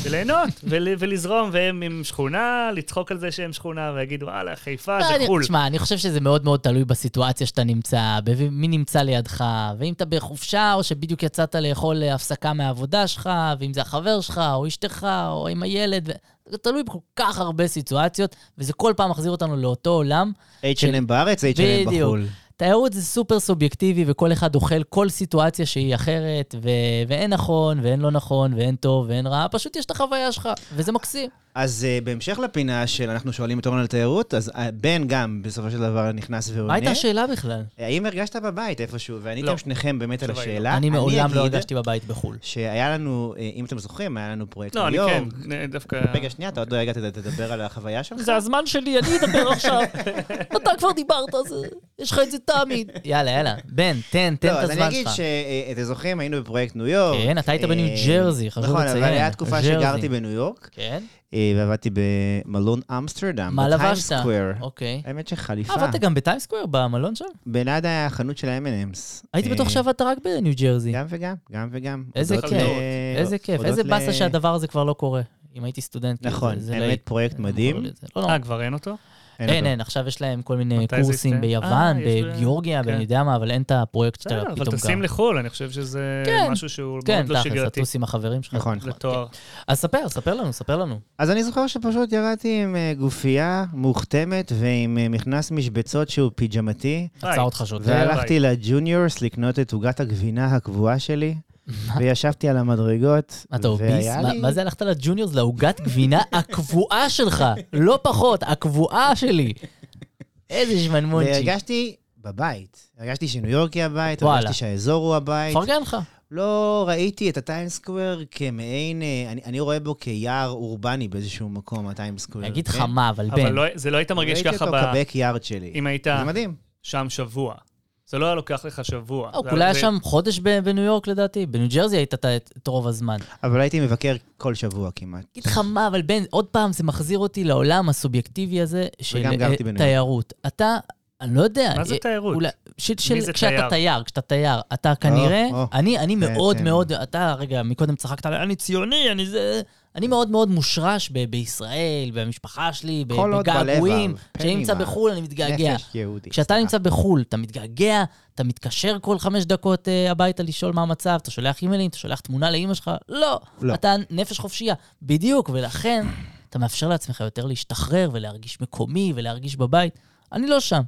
[SPEAKER 5] וליהנות, *laughs* ול, ולזרום, והם עם שכונה, לצחוק על זה שהם שכונה, ויגידו, וואלה, חיפה
[SPEAKER 4] לא,
[SPEAKER 5] אה, זה
[SPEAKER 4] אני-
[SPEAKER 5] חו"ל.
[SPEAKER 4] תשמע, אני חושב שזה מאוד מאוד תלוי בסיטואציה שאתה נמצא, במי נמצא לידך, ואם אתה בחופשה, או שבדיוק יצאת לאכול אה, הפסקה מהעבודה שלך, ואם זה החבר שלך, או אשתך, או עם הילד, ו- זה תלוי בכל כך הרבה סיטואציות, וזה כל פעם מחזיר אותנו לאותו עולם.
[SPEAKER 3] H&M בארץ, H&M
[SPEAKER 4] בדיוק.
[SPEAKER 3] בחו"ל.
[SPEAKER 4] תיירות זה סופר סובייקטיבי, וכל אחד אוכל כל סיטואציה שהיא אחרת, ו- ואין נכון, ואין לא נכון, ואין טוב, ואין רע, פשוט יש את החוויה שלך, וזה מקסים.
[SPEAKER 3] אז אה, בהמשך לפינה של אנחנו שואלים את אורן על תיירות, אז אה, בן גם בסופו של דבר נכנס ועונה. אה,
[SPEAKER 4] מה הייתה השאלה בכלל?
[SPEAKER 3] האם הרגשת בבית איפשהו? ועניתם
[SPEAKER 5] לא.
[SPEAKER 3] שניכם באמת על
[SPEAKER 5] התשובה היא לא.
[SPEAKER 3] השאלה.
[SPEAKER 4] אני מעולם לא
[SPEAKER 3] אגיד
[SPEAKER 4] הרגשתי בבית בחו"ל.
[SPEAKER 3] שהיה לנו, אה, אם אתם זוכרים, היה לנו פרויקט
[SPEAKER 5] לא, אני
[SPEAKER 3] ליאור.
[SPEAKER 5] כן, אה, דווקא...
[SPEAKER 3] רגע, שנייה, אתה עוד לא הגעת לדבר על החוויה שלך?
[SPEAKER 4] זה הזמן שלי, אני אדבר עכשיו. *laughs* אתה כבר דיברת, אז אה, יש לך את זה תמיד. יאללה, יאללה. בן, תן, תן
[SPEAKER 3] לא,
[SPEAKER 4] את
[SPEAKER 3] אז אני
[SPEAKER 4] הזמן
[SPEAKER 3] אגיד
[SPEAKER 4] שלך.
[SPEAKER 3] שאתם זוכרים, היינו בפרויקט ניו יורק.
[SPEAKER 4] כן, אתה היית
[SPEAKER 3] אה,
[SPEAKER 4] בניו ג'רזי, חשוב
[SPEAKER 3] נכון,
[SPEAKER 4] לציין.
[SPEAKER 3] אבל הייתה תקופה
[SPEAKER 4] ג'רזי.
[SPEAKER 3] שגרתי בניו יורק,
[SPEAKER 4] כן?
[SPEAKER 3] אה, ועבדתי במלון אמסטרדם.
[SPEAKER 4] מה
[SPEAKER 3] בטיים
[SPEAKER 4] לבשת?
[SPEAKER 3] סקוואר.
[SPEAKER 4] אוקיי.
[SPEAKER 3] האמת
[SPEAKER 4] אה,
[SPEAKER 3] שחליפה.
[SPEAKER 4] עבדת גם בטיימסקוויר, במלון שם?
[SPEAKER 3] בליד החנות של ה-M&M's.
[SPEAKER 4] הייתי
[SPEAKER 3] אה,
[SPEAKER 4] בטוח שעבדת רק בניו ג'רזי.
[SPEAKER 3] גם וגם, גם וגם.
[SPEAKER 4] איזה
[SPEAKER 3] הודות
[SPEAKER 5] כיף,
[SPEAKER 3] ל-
[SPEAKER 4] איזה כיף,
[SPEAKER 3] הודות
[SPEAKER 4] איזה
[SPEAKER 3] ל-
[SPEAKER 4] באסה שהדבר הזה כבר לא קורה. אם הייתי סטודנט, כאילו,
[SPEAKER 3] נכון,
[SPEAKER 4] זה- זה לא
[SPEAKER 3] האמת
[SPEAKER 4] הייתי-
[SPEAKER 3] פרויקט מדהים.
[SPEAKER 4] לא נורא.
[SPEAKER 5] אה, כבר אין אותו?
[SPEAKER 4] אין, אין, עכשיו יש להם כל מיני
[SPEAKER 5] מתי זה
[SPEAKER 4] קורסים
[SPEAKER 5] יסתיים?
[SPEAKER 4] ביוון,
[SPEAKER 5] אה, יש ל-
[SPEAKER 4] בגיאורגיה,
[SPEAKER 5] כן.
[SPEAKER 4] ואני יודע מה, אבל אין את הפרויקט שאתה
[SPEAKER 5] בסדר,
[SPEAKER 4] פתאום גם.
[SPEAKER 5] אבל תשים לחו"ל, אני חושב שזה
[SPEAKER 4] כן.
[SPEAKER 5] משהו שהוא
[SPEAKER 4] כן,
[SPEAKER 5] מאוד לא
[SPEAKER 4] תכלס,
[SPEAKER 5] שגרתי.
[SPEAKER 4] תטוס עם החברים שלך.
[SPEAKER 3] נכון.
[SPEAKER 5] זה תואר.
[SPEAKER 4] אז ספר, ספר לנו, ספר לנו.
[SPEAKER 3] אז אני זוכר שפשוט ירדתי עם אה, גופייה מוכתמת ועם אה, מכנס משבצות שהוא פיג'מתי,
[SPEAKER 5] אה,
[SPEAKER 4] עצר אותך שוטר.
[SPEAKER 5] ואלה-
[SPEAKER 3] והלכתי לג'וניורס לקנות את עוגת הגבינה הקבועה שלי, וישבתי על המדרגות,
[SPEAKER 4] מה אתה אוביס?
[SPEAKER 3] והיה
[SPEAKER 4] מה-
[SPEAKER 3] לי-
[SPEAKER 4] מה זה הלכת לג'וניורס, לעוגת גבינה *laughs* הקבועה שלך? לא פחות, הקבועה שלי. איזה שמנמונצ'י.
[SPEAKER 3] והרגשתי בבית. הרגשתי שניו יורק היא הבית,
[SPEAKER 4] וואלה.
[SPEAKER 3] הרגשתי שהאזור הוא הבית.
[SPEAKER 4] מפרגן לך.
[SPEAKER 3] לא ראיתי את הטיים סקוואר כמעין... אה, אני- אני רואה בו כיער אורבני באיזשהו מקום, הטיים סקוואר.
[SPEAKER 4] אני אגיד לך
[SPEAKER 3] כן?
[SPEAKER 4] מה, אבל
[SPEAKER 5] אבל
[SPEAKER 4] בן.
[SPEAKER 5] לא- זה לא היית מרגיש
[SPEAKER 3] ראיתי
[SPEAKER 5] ככה
[SPEAKER 3] אותו
[SPEAKER 5] ב-
[SPEAKER 3] כבק יארד שלי.
[SPEAKER 5] אם היית
[SPEAKER 3] זה מדהים.
[SPEAKER 5] שם שבוע. זה לא היה לוקח לך שבוע.
[SPEAKER 4] לא,
[SPEAKER 5] זה-
[SPEAKER 4] כולה היה
[SPEAKER 5] זה-
[SPEAKER 4] שם חודש ב- בניו יורק לדעתי. בניו ג'רזי היית אתה את את רוב
[SPEAKER 3] *laughs*
[SPEAKER 4] הזמן.
[SPEAKER 3] אבל הייתי מבקר כל שבוע כמעט.
[SPEAKER 4] אגיד לך מה, אבל בן, עוד פעם, זה מחזיר אותי לעולם הסובייקטיבי הזה של
[SPEAKER 3] וגם גרתי
[SPEAKER 4] אה,
[SPEAKER 3] בניו יורק.
[SPEAKER 4] תיירות. אתה, אני לא יודע.
[SPEAKER 5] מה זה
[SPEAKER 4] אה,
[SPEAKER 5] תיירות?
[SPEAKER 4] אולי- של- של-
[SPEAKER 5] זה
[SPEAKER 4] כשאתה
[SPEAKER 5] תייר?
[SPEAKER 4] תייר, כשאתה תייר, אתה כנראה,
[SPEAKER 3] או.
[SPEAKER 4] אני אני
[SPEAKER 3] זה-
[SPEAKER 4] מאוד
[SPEAKER 3] זה-
[SPEAKER 4] מאוד, אתה רגע, מקודם צחקת עליי, אני ציוני, אני זה... אני מאוד מאוד מושרש ב- בישראל, במשפחה שלי, ב-
[SPEAKER 3] כל עוד בלב
[SPEAKER 4] בגעגועים.
[SPEAKER 3] אהב,
[SPEAKER 4] כשאני
[SPEAKER 3] פן
[SPEAKER 4] נמצא
[SPEAKER 3] אימא.
[SPEAKER 4] בחו"ל, אני מתגעגע.
[SPEAKER 3] נפש יהודי.
[SPEAKER 4] כשאתה
[SPEAKER 3] סליחה.
[SPEAKER 4] נמצא בחו"ל, אתה מתגעגע, אתה מתקשר כל חמש דקות אה, הביתה לשאול מה המצב, אתה שולח אימיילים, אתה שולח תמונה לאימא שלך, לא.
[SPEAKER 3] לא.
[SPEAKER 4] אתה נפש חופשייה. בדיוק, ולכן אתה מאפשר לעצמך יותר להשתחרר ולהרגיש מקומי ולהרגיש בבית. אני לא שם.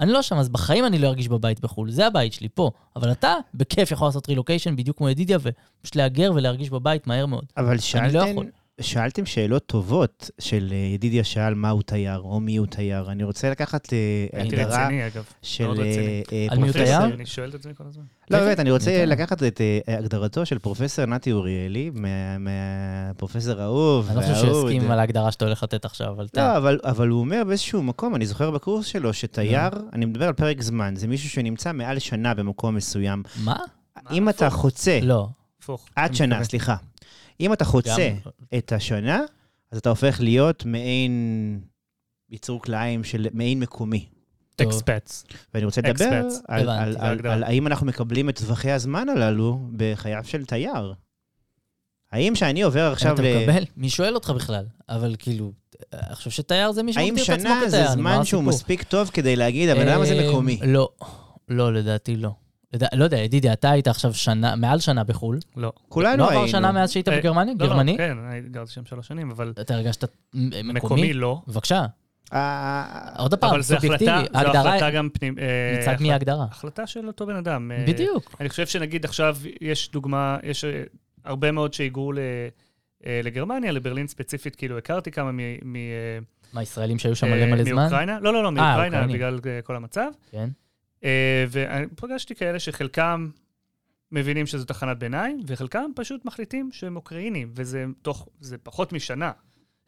[SPEAKER 4] אני לא שם, אז בחיים אני לא ארגיש בבית בחו"ל, זה הבית שלי, פה. אבל אתה, בכיף, יכול לעשות רילוקיישן בדיוק כמו ידידיה, ופשוט להגר ולהרגיש בבית מהר מאוד.
[SPEAKER 3] אבל
[SPEAKER 4] אני לא
[SPEAKER 3] שאלתם,
[SPEAKER 4] יכול.
[SPEAKER 3] שאלתם שאלות טובות של אה, ידידיה שאל מהו תייר או מיהו תייר. אני רוצה לקחת אה,
[SPEAKER 5] הייתי
[SPEAKER 3] הגדרה
[SPEAKER 5] רציני, אגב.
[SPEAKER 3] של...
[SPEAKER 5] מאוד
[SPEAKER 3] אה,
[SPEAKER 5] רציני.
[SPEAKER 3] אה,
[SPEAKER 4] על מי הוא
[SPEAKER 3] פרופסור-
[SPEAKER 4] תייר?
[SPEAKER 5] אני שואל את עצמי כל הזמן.
[SPEAKER 3] לא,
[SPEAKER 4] איזה?
[SPEAKER 3] באמת, אני
[SPEAKER 4] מי
[SPEAKER 3] רוצה
[SPEAKER 4] תייר?
[SPEAKER 3] לקחת את אה, הגדרתו של פרופסור נתי אוריאלי, מה- מהפרופסור האהוב,
[SPEAKER 4] אני לא חושב שהוא
[SPEAKER 3] והאהוד.
[SPEAKER 4] יסכים על ההגדרה שאתה הולך לתת עכשיו, אבל אתה...
[SPEAKER 3] לא, אבל, אבל הוא אומר באיזשהו מקום, אני זוכר בקורס שלו, שתייר,
[SPEAKER 5] לא.
[SPEAKER 3] אני מדבר על פרק זמן, זה מישהו שנמצא מעל שנה במקום מסוים.
[SPEAKER 4] מה?
[SPEAKER 3] אם אתה חוצה,
[SPEAKER 4] לא.
[SPEAKER 5] הפוך.
[SPEAKER 3] עד שנה, סליחה. אם אתה חוצה
[SPEAKER 4] לא.
[SPEAKER 3] את השנה, אז אתה הופך להיות מעין יצור כלאיים של מעין מקומי.
[SPEAKER 4] טוב.
[SPEAKER 5] אקספץ.
[SPEAKER 3] ואני רוצה לדבר על,
[SPEAKER 5] Expats,
[SPEAKER 3] על,
[SPEAKER 4] הבנתי,
[SPEAKER 3] על,
[SPEAKER 5] זה
[SPEAKER 3] על,
[SPEAKER 5] ההגדרה.
[SPEAKER 3] על האם אנחנו מקבלים את טווחי הזמן הללו בחייו של תייר. האם שאני עובר עכשיו אה,
[SPEAKER 4] אתה
[SPEAKER 3] ל...
[SPEAKER 4] מקבל? מי שואל אותך בכלל? אבל כאילו, אני חושב שתייר זה מי
[SPEAKER 3] האם
[SPEAKER 4] שמגדיר את עצמו
[SPEAKER 3] שנה
[SPEAKER 4] כתייר.
[SPEAKER 3] זה
[SPEAKER 4] נגמר
[SPEAKER 3] זמן שהוא
[SPEAKER 4] הסיפור.
[SPEAKER 3] מספיק טוב כדי להגיד, הבן אדם הזה
[SPEAKER 4] אה,
[SPEAKER 3] מקומי?
[SPEAKER 4] לא, לא, לדעתי לא. לדע- לא יודע, ידידי, אתה היית עכשיו שנה, מעל שנה בחו"ל.
[SPEAKER 5] לא.
[SPEAKER 3] כולנו
[SPEAKER 4] לא
[SPEAKER 3] היינו.
[SPEAKER 4] עבר שנה מאז שהיית
[SPEAKER 5] אה,
[SPEAKER 4] בגרמניה?
[SPEAKER 5] לא, לא,
[SPEAKER 4] גרמני?
[SPEAKER 5] כן, אני גרתי שם שלוש שנים, אבל
[SPEAKER 4] אתה הרגשת מ- מקומי?
[SPEAKER 5] מקומי לא.
[SPEAKER 4] בבקשה.
[SPEAKER 3] אה,
[SPEAKER 4] עוד פעם,
[SPEAKER 5] אבל זו
[SPEAKER 4] סובייקטיבי.
[SPEAKER 5] החלטה, זו
[SPEAKER 4] ההגדרה-
[SPEAKER 5] החלטה גם פנים... אה,
[SPEAKER 4] מצד מי
[SPEAKER 5] החלט-
[SPEAKER 4] ההגדרה?
[SPEAKER 5] החלטה של אותו בן אדם. אה,
[SPEAKER 4] בדיוק.
[SPEAKER 5] אני חושב שנגיד עכשיו יש דוגמה, יש אה, הרבה מאוד שהיגרו ל- אה, לגרמניה, לברלין ספציפית, כאילו הכרתי כמה מ... מ- אה,
[SPEAKER 4] מה, ישראלים שהיו שם
[SPEAKER 5] אה,
[SPEAKER 4] מלא מלא זמן?
[SPEAKER 5] מאוקראינה? לא, לא, לא, מאוקראינה,
[SPEAKER 4] אוקראינים.
[SPEAKER 5] בגלל אה, כל המצב.
[SPEAKER 4] כן.
[SPEAKER 5] אה, ואני פגשתי כאלה שחלקם מבינים שזו תחנת ביניים, וחלקם פשוט מחליטים שהם אוקראינים, וזה תוך, זה פחות משנה.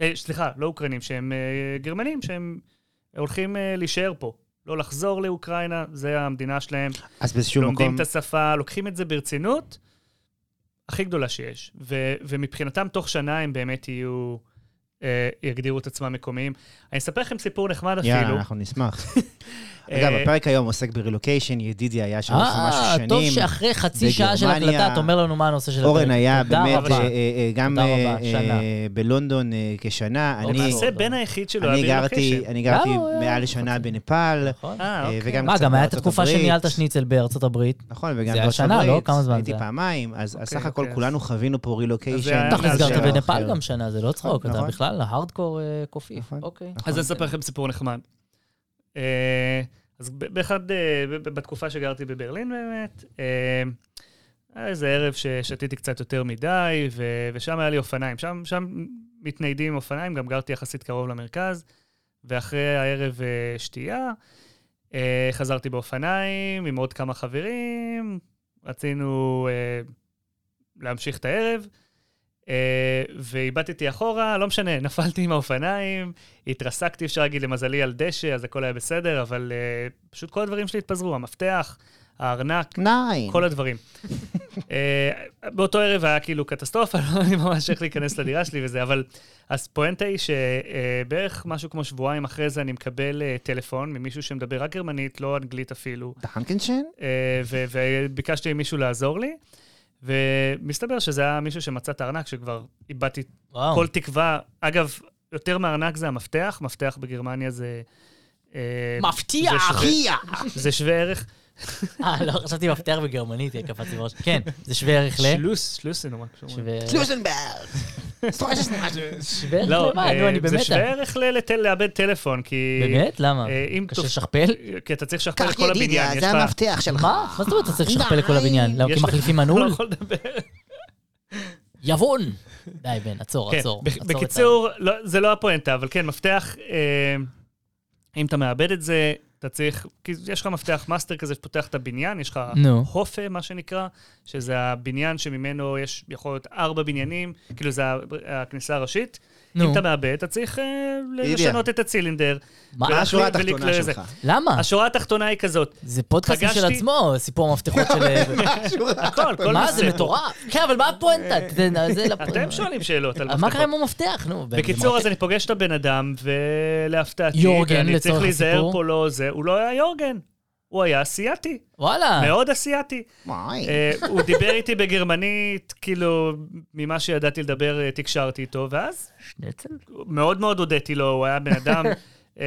[SPEAKER 5] אה, סליחה, לא אוקראינים, שהם אה, גרמנים, שהם הולכים אה, להישאר פה. לא לחזור לאוקראינה, זה המדינה שלהם.
[SPEAKER 3] אז באיזשהו
[SPEAKER 5] לומדים
[SPEAKER 3] כאילו, מקום...
[SPEAKER 5] את השפה, לוקחים את זה ברצינות, הכי גדולה שיש. ו, ומבחינתם, תוך שנה הם באמת יהיו, אה, יגדירו את עצמם מקומיים. אני אספר לכם סיפור נחמד אפילו.
[SPEAKER 3] יאללה, אנחנו נשמח. אגב,
[SPEAKER 5] אה,
[SPEAKER 3] הפרק היום עוסק ברילוקיישן, ידידי היה שם
[SPEAKER 4] אה,
[SPEAKER 3] כמה שנים.
[SPEAKER 4] טוב שאחרי חצי שעה של
[SPEAKER 3] בגרמניה.
[SPEAKER 4] הקלטה אתה אומר לנו מה הנושא של הפרק.
[SPEAKER 3] אורן היה
[SPEAKER 4] תודה
[SPEAKER 3] באמת
[SPEAKER 4] רבה.
[SPEAKER 3] אה, אה, אה, גם
[SPEAKER 4] תודה
[SPEAKER 3] אה,
[SPEAKER 4] רבה,
[SPEAKER 3] אה,
[SPEAKER 4] שנה. לא,
[SPEAKER 3] בלונדון אה, כשנה.
[SPEAKER 4] עוד
[SPEAKER 3] אני-
[SPEAKER 5] למעשה, בן היחיד שלו
[SPEAKER 3] אני
[SPEAKER 5] היה
[SPEAKER 3] גרתי
[SPEAKER 5] בלוקיישן.
[SPEAKER 3] אני גרתי
[SPEAKER 4] למה הוא היה?
[SPEAKER 3] מעל לשנה בנפאל,
[SPEAKER 4] נכון.
[SPEAKER 5] אה,
[SPEAKER 3] אה,
[SPEAKER 5] אוקיי.
[SPEAKER 3] וגם
[SPEAKER 4] מה,
[SPEAKER 3] קצת
[SPEAKER 4] גם היה את
[SPEAKER 3] בארצות
[SPEAKER 4] התקופה
[SPEAKER 3] הברית.
[SPEAKER 4] שניהלת שניצל בארצות הברית.
[SPEAKER 3] נכון, וגם
[SPEAKER 4] זה היה
[SPEAKER 3] בארצות
[SPEAKER 4] שנה, לא?
[SPEAKER 3] הברית,
[SPEAKER 4] כמה זמן
[SPEAKER 3] הייתי
[SPEAKER 4] זה היה?
[SPEAKER 3] פעמיים, אז אז
[SPEAKER 5] אוקיי,
[SPEAKER 3] סך הכל
[SPEAKER 5] אוקיי,
[SPEAKER 3] כולנו חווינו פה
[SPEAKER 5] אה, אז כן,
[SPEAKER 3] רילוקיישן.
[SPEAKER 5] זה היה
[SPEAKER 4] בטח
[SPEAKER 5] מאז
[SPEAKER 4] הסגרת
[SPEAKER 5] שהיה
[SPEAKER 4] בנפאל גם שנה, זה לא צחוק, אתה
[SPEAKER 3] נכון.
[SPEAKER 4] בכלל ההארדקור אה, קופיף.
[SPEAKER 3] נכון.
[SPEAKER 4] אוקיי.
[SPEAKER 5] אז אני אספר לכם סיפור נחמד. אה, אז ב- באחד, אה, ב- ב- בתקופה שגרתי בברלין באמת, אה, היה איזה ערב ששתיתי קצת יותר מדי, ו- ושם היה לי אופניים. שם, שם מתניידים עם אופניים, גם גרתי יחסית קרוב למרכז, ואחרי הערב אה, שתייה, אה, חזרתי באופניים עם עוד כמה חברים, רצינו אה, להמשיך את הערב, אה, ואיבדתי אחורה, לא משנה, *laughs* נפלתי עם האופניים, התרסקתי, אפשר להגיד, למזלי על דשא, אז הכל היה בסדר, אבל אה, פשוט כל הדברים שלי התפזרו, המפתח, הארנק,
[SPEAKER 3] ניין.
[SPEAKER 5] כל הדברים. אה, באותו ערב היה כאילו קטסטרופה, *laughs* לא יודעים ממש איך להיכנס לדירה שלי וזה, אבל הפואנטה היא שבערך משהו כמו שבועיים אחרי זה אני מקבל אה, טלפון ממישהו שמדבר רק גרמנית, לא אנגלית אפילו,
[SPEAKER 3] דנקנשן?
[SPEAKER 5] אה, ו- וביקשתי ממישהו לעזור לי, ומסתבר שזה היה מישהו שמצא את הארנק, שכבר איבדתי
[SPEAKER 4] וואו.
[SPEAKER 5] כל תקווה. אגב, יותר מארנק זה המפתח, מפתח בגרמניה זה... אה,
[SPEAKER 4] מפתיע,
[SPEAKER 5] זה שווה-
[SPEAKER 4] אחי!
[SPEAKER 5] זה שווה ערך.
[SPEAKER 4] אה, לא, חשבתי מפתח בגרמנית, היא קפץ לי בראש. כן, זה שווה ערך ל...
[SPEAKER 5] שלוס, שלוס זה נורא קשור.
[SPEAKER 4] שווה-
[SPEAKER 3] שלוזנברג!
[SPEAKER 4] שווה ערך
[SPEAKER 5] לא,
[SPEAKER 4] למה? נו,
[SPEAKER 5] אה,
[SPEAKER 4] אני
[SPEAKER 5] זה
[SPEAKER 4] במתח.
[SPEAKER 5] שווה ערך ל- לטל- לאבד טלפון, כי...
[SPEAKER 4] באמת? למה?
[SPEAKER 5] אה, אם
[SPEAKER 4] קשה
[SPEAKER 5] תופ-
[SPEAKER 4] לשכפל?
[SPEAKER 5] כי אתה צריך לשכפל את כל הבניין. יש לך-
[SPEAKER 3] המפתח שלך.
[SPEAKER 4] מה? מה זאת אומרת אתה צריך לשכפל לכל הבניין? למה?
[SPEAKER 5] נכון. יש
[SPEAKER 4] כי
[SPEAKER 5] לך- *laughs*
[SPEAKER 4] מחליפים
[SPEAKER 5] לא
[SPEAKER 4] מנעול?
[SPEAKER 5] יכול לדבר.
[SPEAKER 4] יבון! די, בן, עצור,
[SPEAKER 5] כן,
[SPEAKER 4] עצור.
[SPEAKER 5] ב-
[SPEAKER 4] עצור את ה-
[SPEAKER 5] בקיצור, לא- זה לא הפואנטה, אבל כן, מפתח, אה, אם אתה מאבד את זה, אתה צריך, כי יש לך מפתח מאסטר כזה שפותח את הבניין, יש לך
[SPEAKER 4] נו.
[SPEAKER 5] הופה, מה שנקרא, שזה הבניין שממנו יש, יכול להיות ארבע בניינים, כאילו זה ה- הכניסה הראשית.
[SPEAKER 4] נו.
[SPEAKER 5] אם אתה מאבד, אתה צריך אה,
[SPEAKER 3] בדיוק.
[SPEAKER 5] לשנות את הצילינדר.
[SPEAKER 4] מה? אה.
[SPEAKER 5] ולהחליף
[SPEAKER 3] השורה
[SPEAKER 5] ולקלוע
[SPEAKER 3] התחתונה
[SPEAKER 5] לזה.
[SPEAKER 3] שלך.
[SPEAKER 4] למה?
[SPEAKER 5] השורה התחתונה היא כזאת,
[SPEAKER 4] זה פודקאסט של
[SPEAKER 5] פגשתי-
[SPEAKER 4] עצמו, סיפור המפתחות של...
[SPEAKER 5] *laughs* הכל, כל
[SPEAKER 4] מה,
[SPEAKER 5] נושא. אה,
[SPEAKER 4] זה מטורף. כן, אבל מה הפואנטה? זה- זה לפואנטה.
[SPEAKER 5] אתם שואלים שאלות על
[SPEAKER 4] אבל אה, מה קרה עם המפתח? נו, בן, זה
[SPEAKER 5] בקיצור,
[SPEAKER 4] מרתק.
[SPEAKER 5] אז אני פוגש את הבן אדם, ולהפתעתי,
[SPEAKER 4] יורגן,
[SPEAKER 5] ואני צריך
[SPEAKER 4] לצורך
[SPEAKER 5] להיזהר
[SPEAKER 4] הסיפור.
[SPEAKER 5] פה לא זה, הוא לא היה יורגן, הוא היה אסיאתי,
[SPEAKER 4] וואלה.
[SPEAKER 5] מאוד אסיאתי.
[SPEAKER 3] וואי.
[SPEAKER 5] אה, הוא דיבר איתי בגרמנית, כאילו, ממה שידעתי לדבר, אה, תקשרתי איתו, ואז
[SPEAKER 4] שניצל?
[SPEAKER 5] מאוד מאוד הודיתי לו, הוא היה בן אדם אה,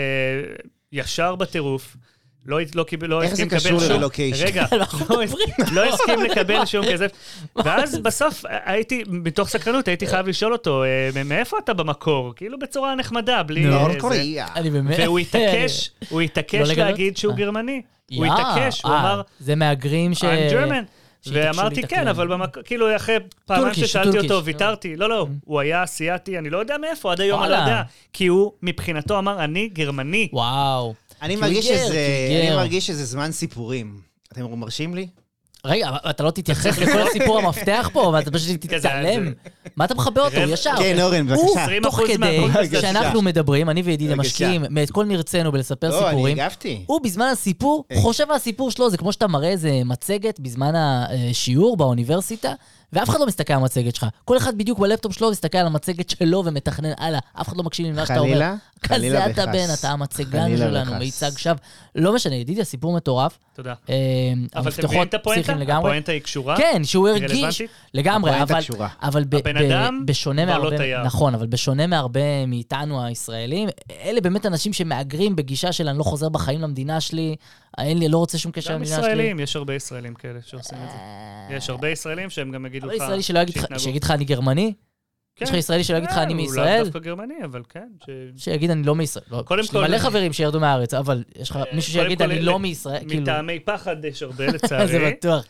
[SPEAKER 5] ישר בטירוף. לא, הת- לא, קיבל- לא
[SPEAKER 3] איך זה
[SPEAKER 5] הסכים לקבל שום...
[SPEAKER 3] קשור לרילוקיישן?
[SPEAKER 4] *laughs*
[SPEAKER 5] רגע,
[SPEAKER 4] אנחנו
[SPEAKER 5] לא,
[SPEAKER 4] מדברים.
[SPEAKER 5] *laughs* לא הסכים לקבל שום כסף. ואז בסוף הייתי, מתוך סקרנות, הייתי חייב לשאול אותו, "אה, מאיפה אתה במקור? כאילו בצורה נחמדה, בלי... אה,
[SPEAKER 3] דרום
[SPEAKER 5] זה.
[SPEAKER 3] קוריאה.
[SPEAKER 4] *laughs* אני באמת... *laughs*
[SPEAKER 5] והוא התעקש, הוא
[SPEAKER 4] לא
[SPEAKER 5] התעקש
[SPEAKER 4] לגלות?
[SPEAKER 5] להגיד שהוא
[SPEAKER 4] אה.
[SPEAKER 5] גרמני. הוא
[SPEAKER 4] יא,
[SPEAKER 5] התעקש, הוא
[SPEAKER 4] אה,
[SPEAKER 5] אמר,
[SPEAKER 4] זה מהגרים ש...
[SPEAKER 5] I'm German.
[SPEAKER 4] שהתעקשו
[SPEAKER 5] ואמרתי
[SPEAKER 4] להתאקלם.
[SPEAKER 5] כן, אבל במק... כאילו אחרי פעמיים
[SPEAKER 4] טורקיש,
[SPEAKER 5] ששאלתי
[SPEAKER 4] טורקיש. Mm.
[SPEAKER 5] אותו, ויתרתי. לא, לא, הוא היה אסיאתי, אני לא יודע מאיפה, עד היום אני לא
[SPEAKER 4] וואלה.
[SPEAKER 5] יודע. כי הוא, מבחינתו, אמר, אני גרמני.
[SPEAKER 4] וואו.
[SPEAKER 3] אני
[SPEAKER 4] כי הוא
[SPEAKER 3] מרגיש
[SPEAKER 4] היגר,
[SPEAKER 3] שזה-
[SPEAKER 4] כי הוא
[SPEAKER 3] אני
[SPEAKER 4] היגר.
[SPEAKER 3] מרגיש שזה זמן סיפורים. אתם מרשים לי?
[SPEAKER 4] רגע, אבל אתה לא תתייחס
[SPEAKER 5] *laughs*
[SPEAKER 4] לכל הסיפור המפתח פה, ואתה פשוט תתעלם. מה אתה מכבה אותו?
[SPEAKER 5] רבע-
[SPEAKER 4] ישר.
[SPEAKER 3] כן, אורן,
[SPEAKER 4] הוא,
[SPEAKER 3] בבקשה.
[SPEAKER 5] 20%
[SPEAKER 4] תוך כדי
[SPEAKER 5] מהפודקאסט
[SPEAKER 3] הזה.
[SPEAKER 4] שאנחנו מדברים, אני וידידיה
[SPEAKER 3] בבקשה.
[SPEAKER 4] משקיעים את כל מרצנו בלספר
[SPEAKER 3] לא, אני
[SPEAKER 4] סיפורים,
[SPEAKER 3] הגבתי.
[SPEAKER 4] הוא בזמן הסיפור
[SPEAKER 3] אה.
[SPEAKER 4] חושב על הסיפור שלו, זה כמו שאתה מראה איזה מצגת בזמן השיעור באוניברסיטה, ואף אחד לא מסתכל על המצגת שלך. כל אחד בדיוק בלפטופ שלו מסתכל על המצגת שלו ומתכנן הלאה. אף אחד לא מקשיב למה שאתה אומר.
[SPEAKER 3] חלילה, חלילה
[SPEAKER 4] כזה אתה
[SPEAKER 3] וחס.
[SPEAKER 4] בן, אתה המצגן
[SPEAKER 3] חלילה
[SPEAKER 4] שלנו,
[SPEAKER 3] וחס.
[SPEAKER 4] מיצג שווא. לא משנה, ידידיה, סיפור מטורף.
[SPEAKER 5] תודה.
[SPEAKER 4] אה,
[SPEAKER 5] אבל אתם מבינים
[SPEAKER 4] המפתחות
[SPEAKER 5] את הפואנטה?
[SPEAKER 4] פסיכיים לגמרי.
[SPEAKER 5] הפואנטה היא קשורה?
[SPEAKER 4] כן, שהוא
[SPEAKER 5] היא
[SPEAKER 4] הרגיש
[SPEAKER 5] רלוונטית?
[SPEAKER 4] לגמרי,
[SPEAKER 3] הפואנטה
[SPEAKER 4] אבל,
[SPEAKER 3] קשורה.
[SPEAKER 4] אבל ב,
[SPEAKER 5] הבן
[SPEAKER 4] ב,
[SPEAKER 5] אדם
[SPEAKER 4] בשונה
[SPEAKER 5] כבר לא
[SPEAKER 4] מהרבה,
[SPEAKER 5] תייר.
[SPEAKER 4] נכון, אבל בשונה מהרבה מאיתנו הישראלים, אלה באמת אנשים שמהגרים בגישה של אני לא חוזר בחיים למדינה שלי, אין לי, לא רוצה שום קשר
[SPEAKER 5] גם
[SPEAKER 4] למדינה שלי. אה,
[SPEAKER 5] ישראלים, יש הרבה ישראלים כאלה שעושים את זה. יש הרבה ישראלים שהם גם יגידו
[SPEAKER 4] אבל
[SPEAKER 5] לך...
[SPEAKER 4] ישראלי שלא יגיד לך,
[SPEAKER 5] שיתנהגו.
[SPEAKER 4] שיגיד לך אני גרמני, יש לך ישראלי שלא יגיד לך,
[SPEAKER 5] כן,
[SPEAKER 4] "אני
[SPEAKER 5] הוא
[SPEAKER 4] מישראל"?
[SPEAKER 5] לאו דווקא גרמני, אבל כן. ש-
[SPEAKER 4] שיגיד אני לא מישראל. לא,
[SPEAKER 5] קודם
[SPEAKER 4] יש לי
[SPEAKER 5] כל-
[SPEAKER 4] מלא חברים שירדו מהארץ, אבל יש לך
[SPEAKER 5] אה,
[SPEAKER 4] מישהו
[SPEAKER 5] קודם
[SPEAKER 4] שיגיד
[SPEAKER 5] כל,
[SPEAKER 4] אני
[SPEAKER 5] אה,
[SPEAKER 4] לא מישראל, כאילו,
[SPEAKER 5] מטעמי פחד יש
[SPEAKER 4] *laughs*
[SPEAKER 5] הרבה,
[SPEAKER 4] זה
[SPEAKER 5] לצערי.
[SPEAKER 4] בטוח.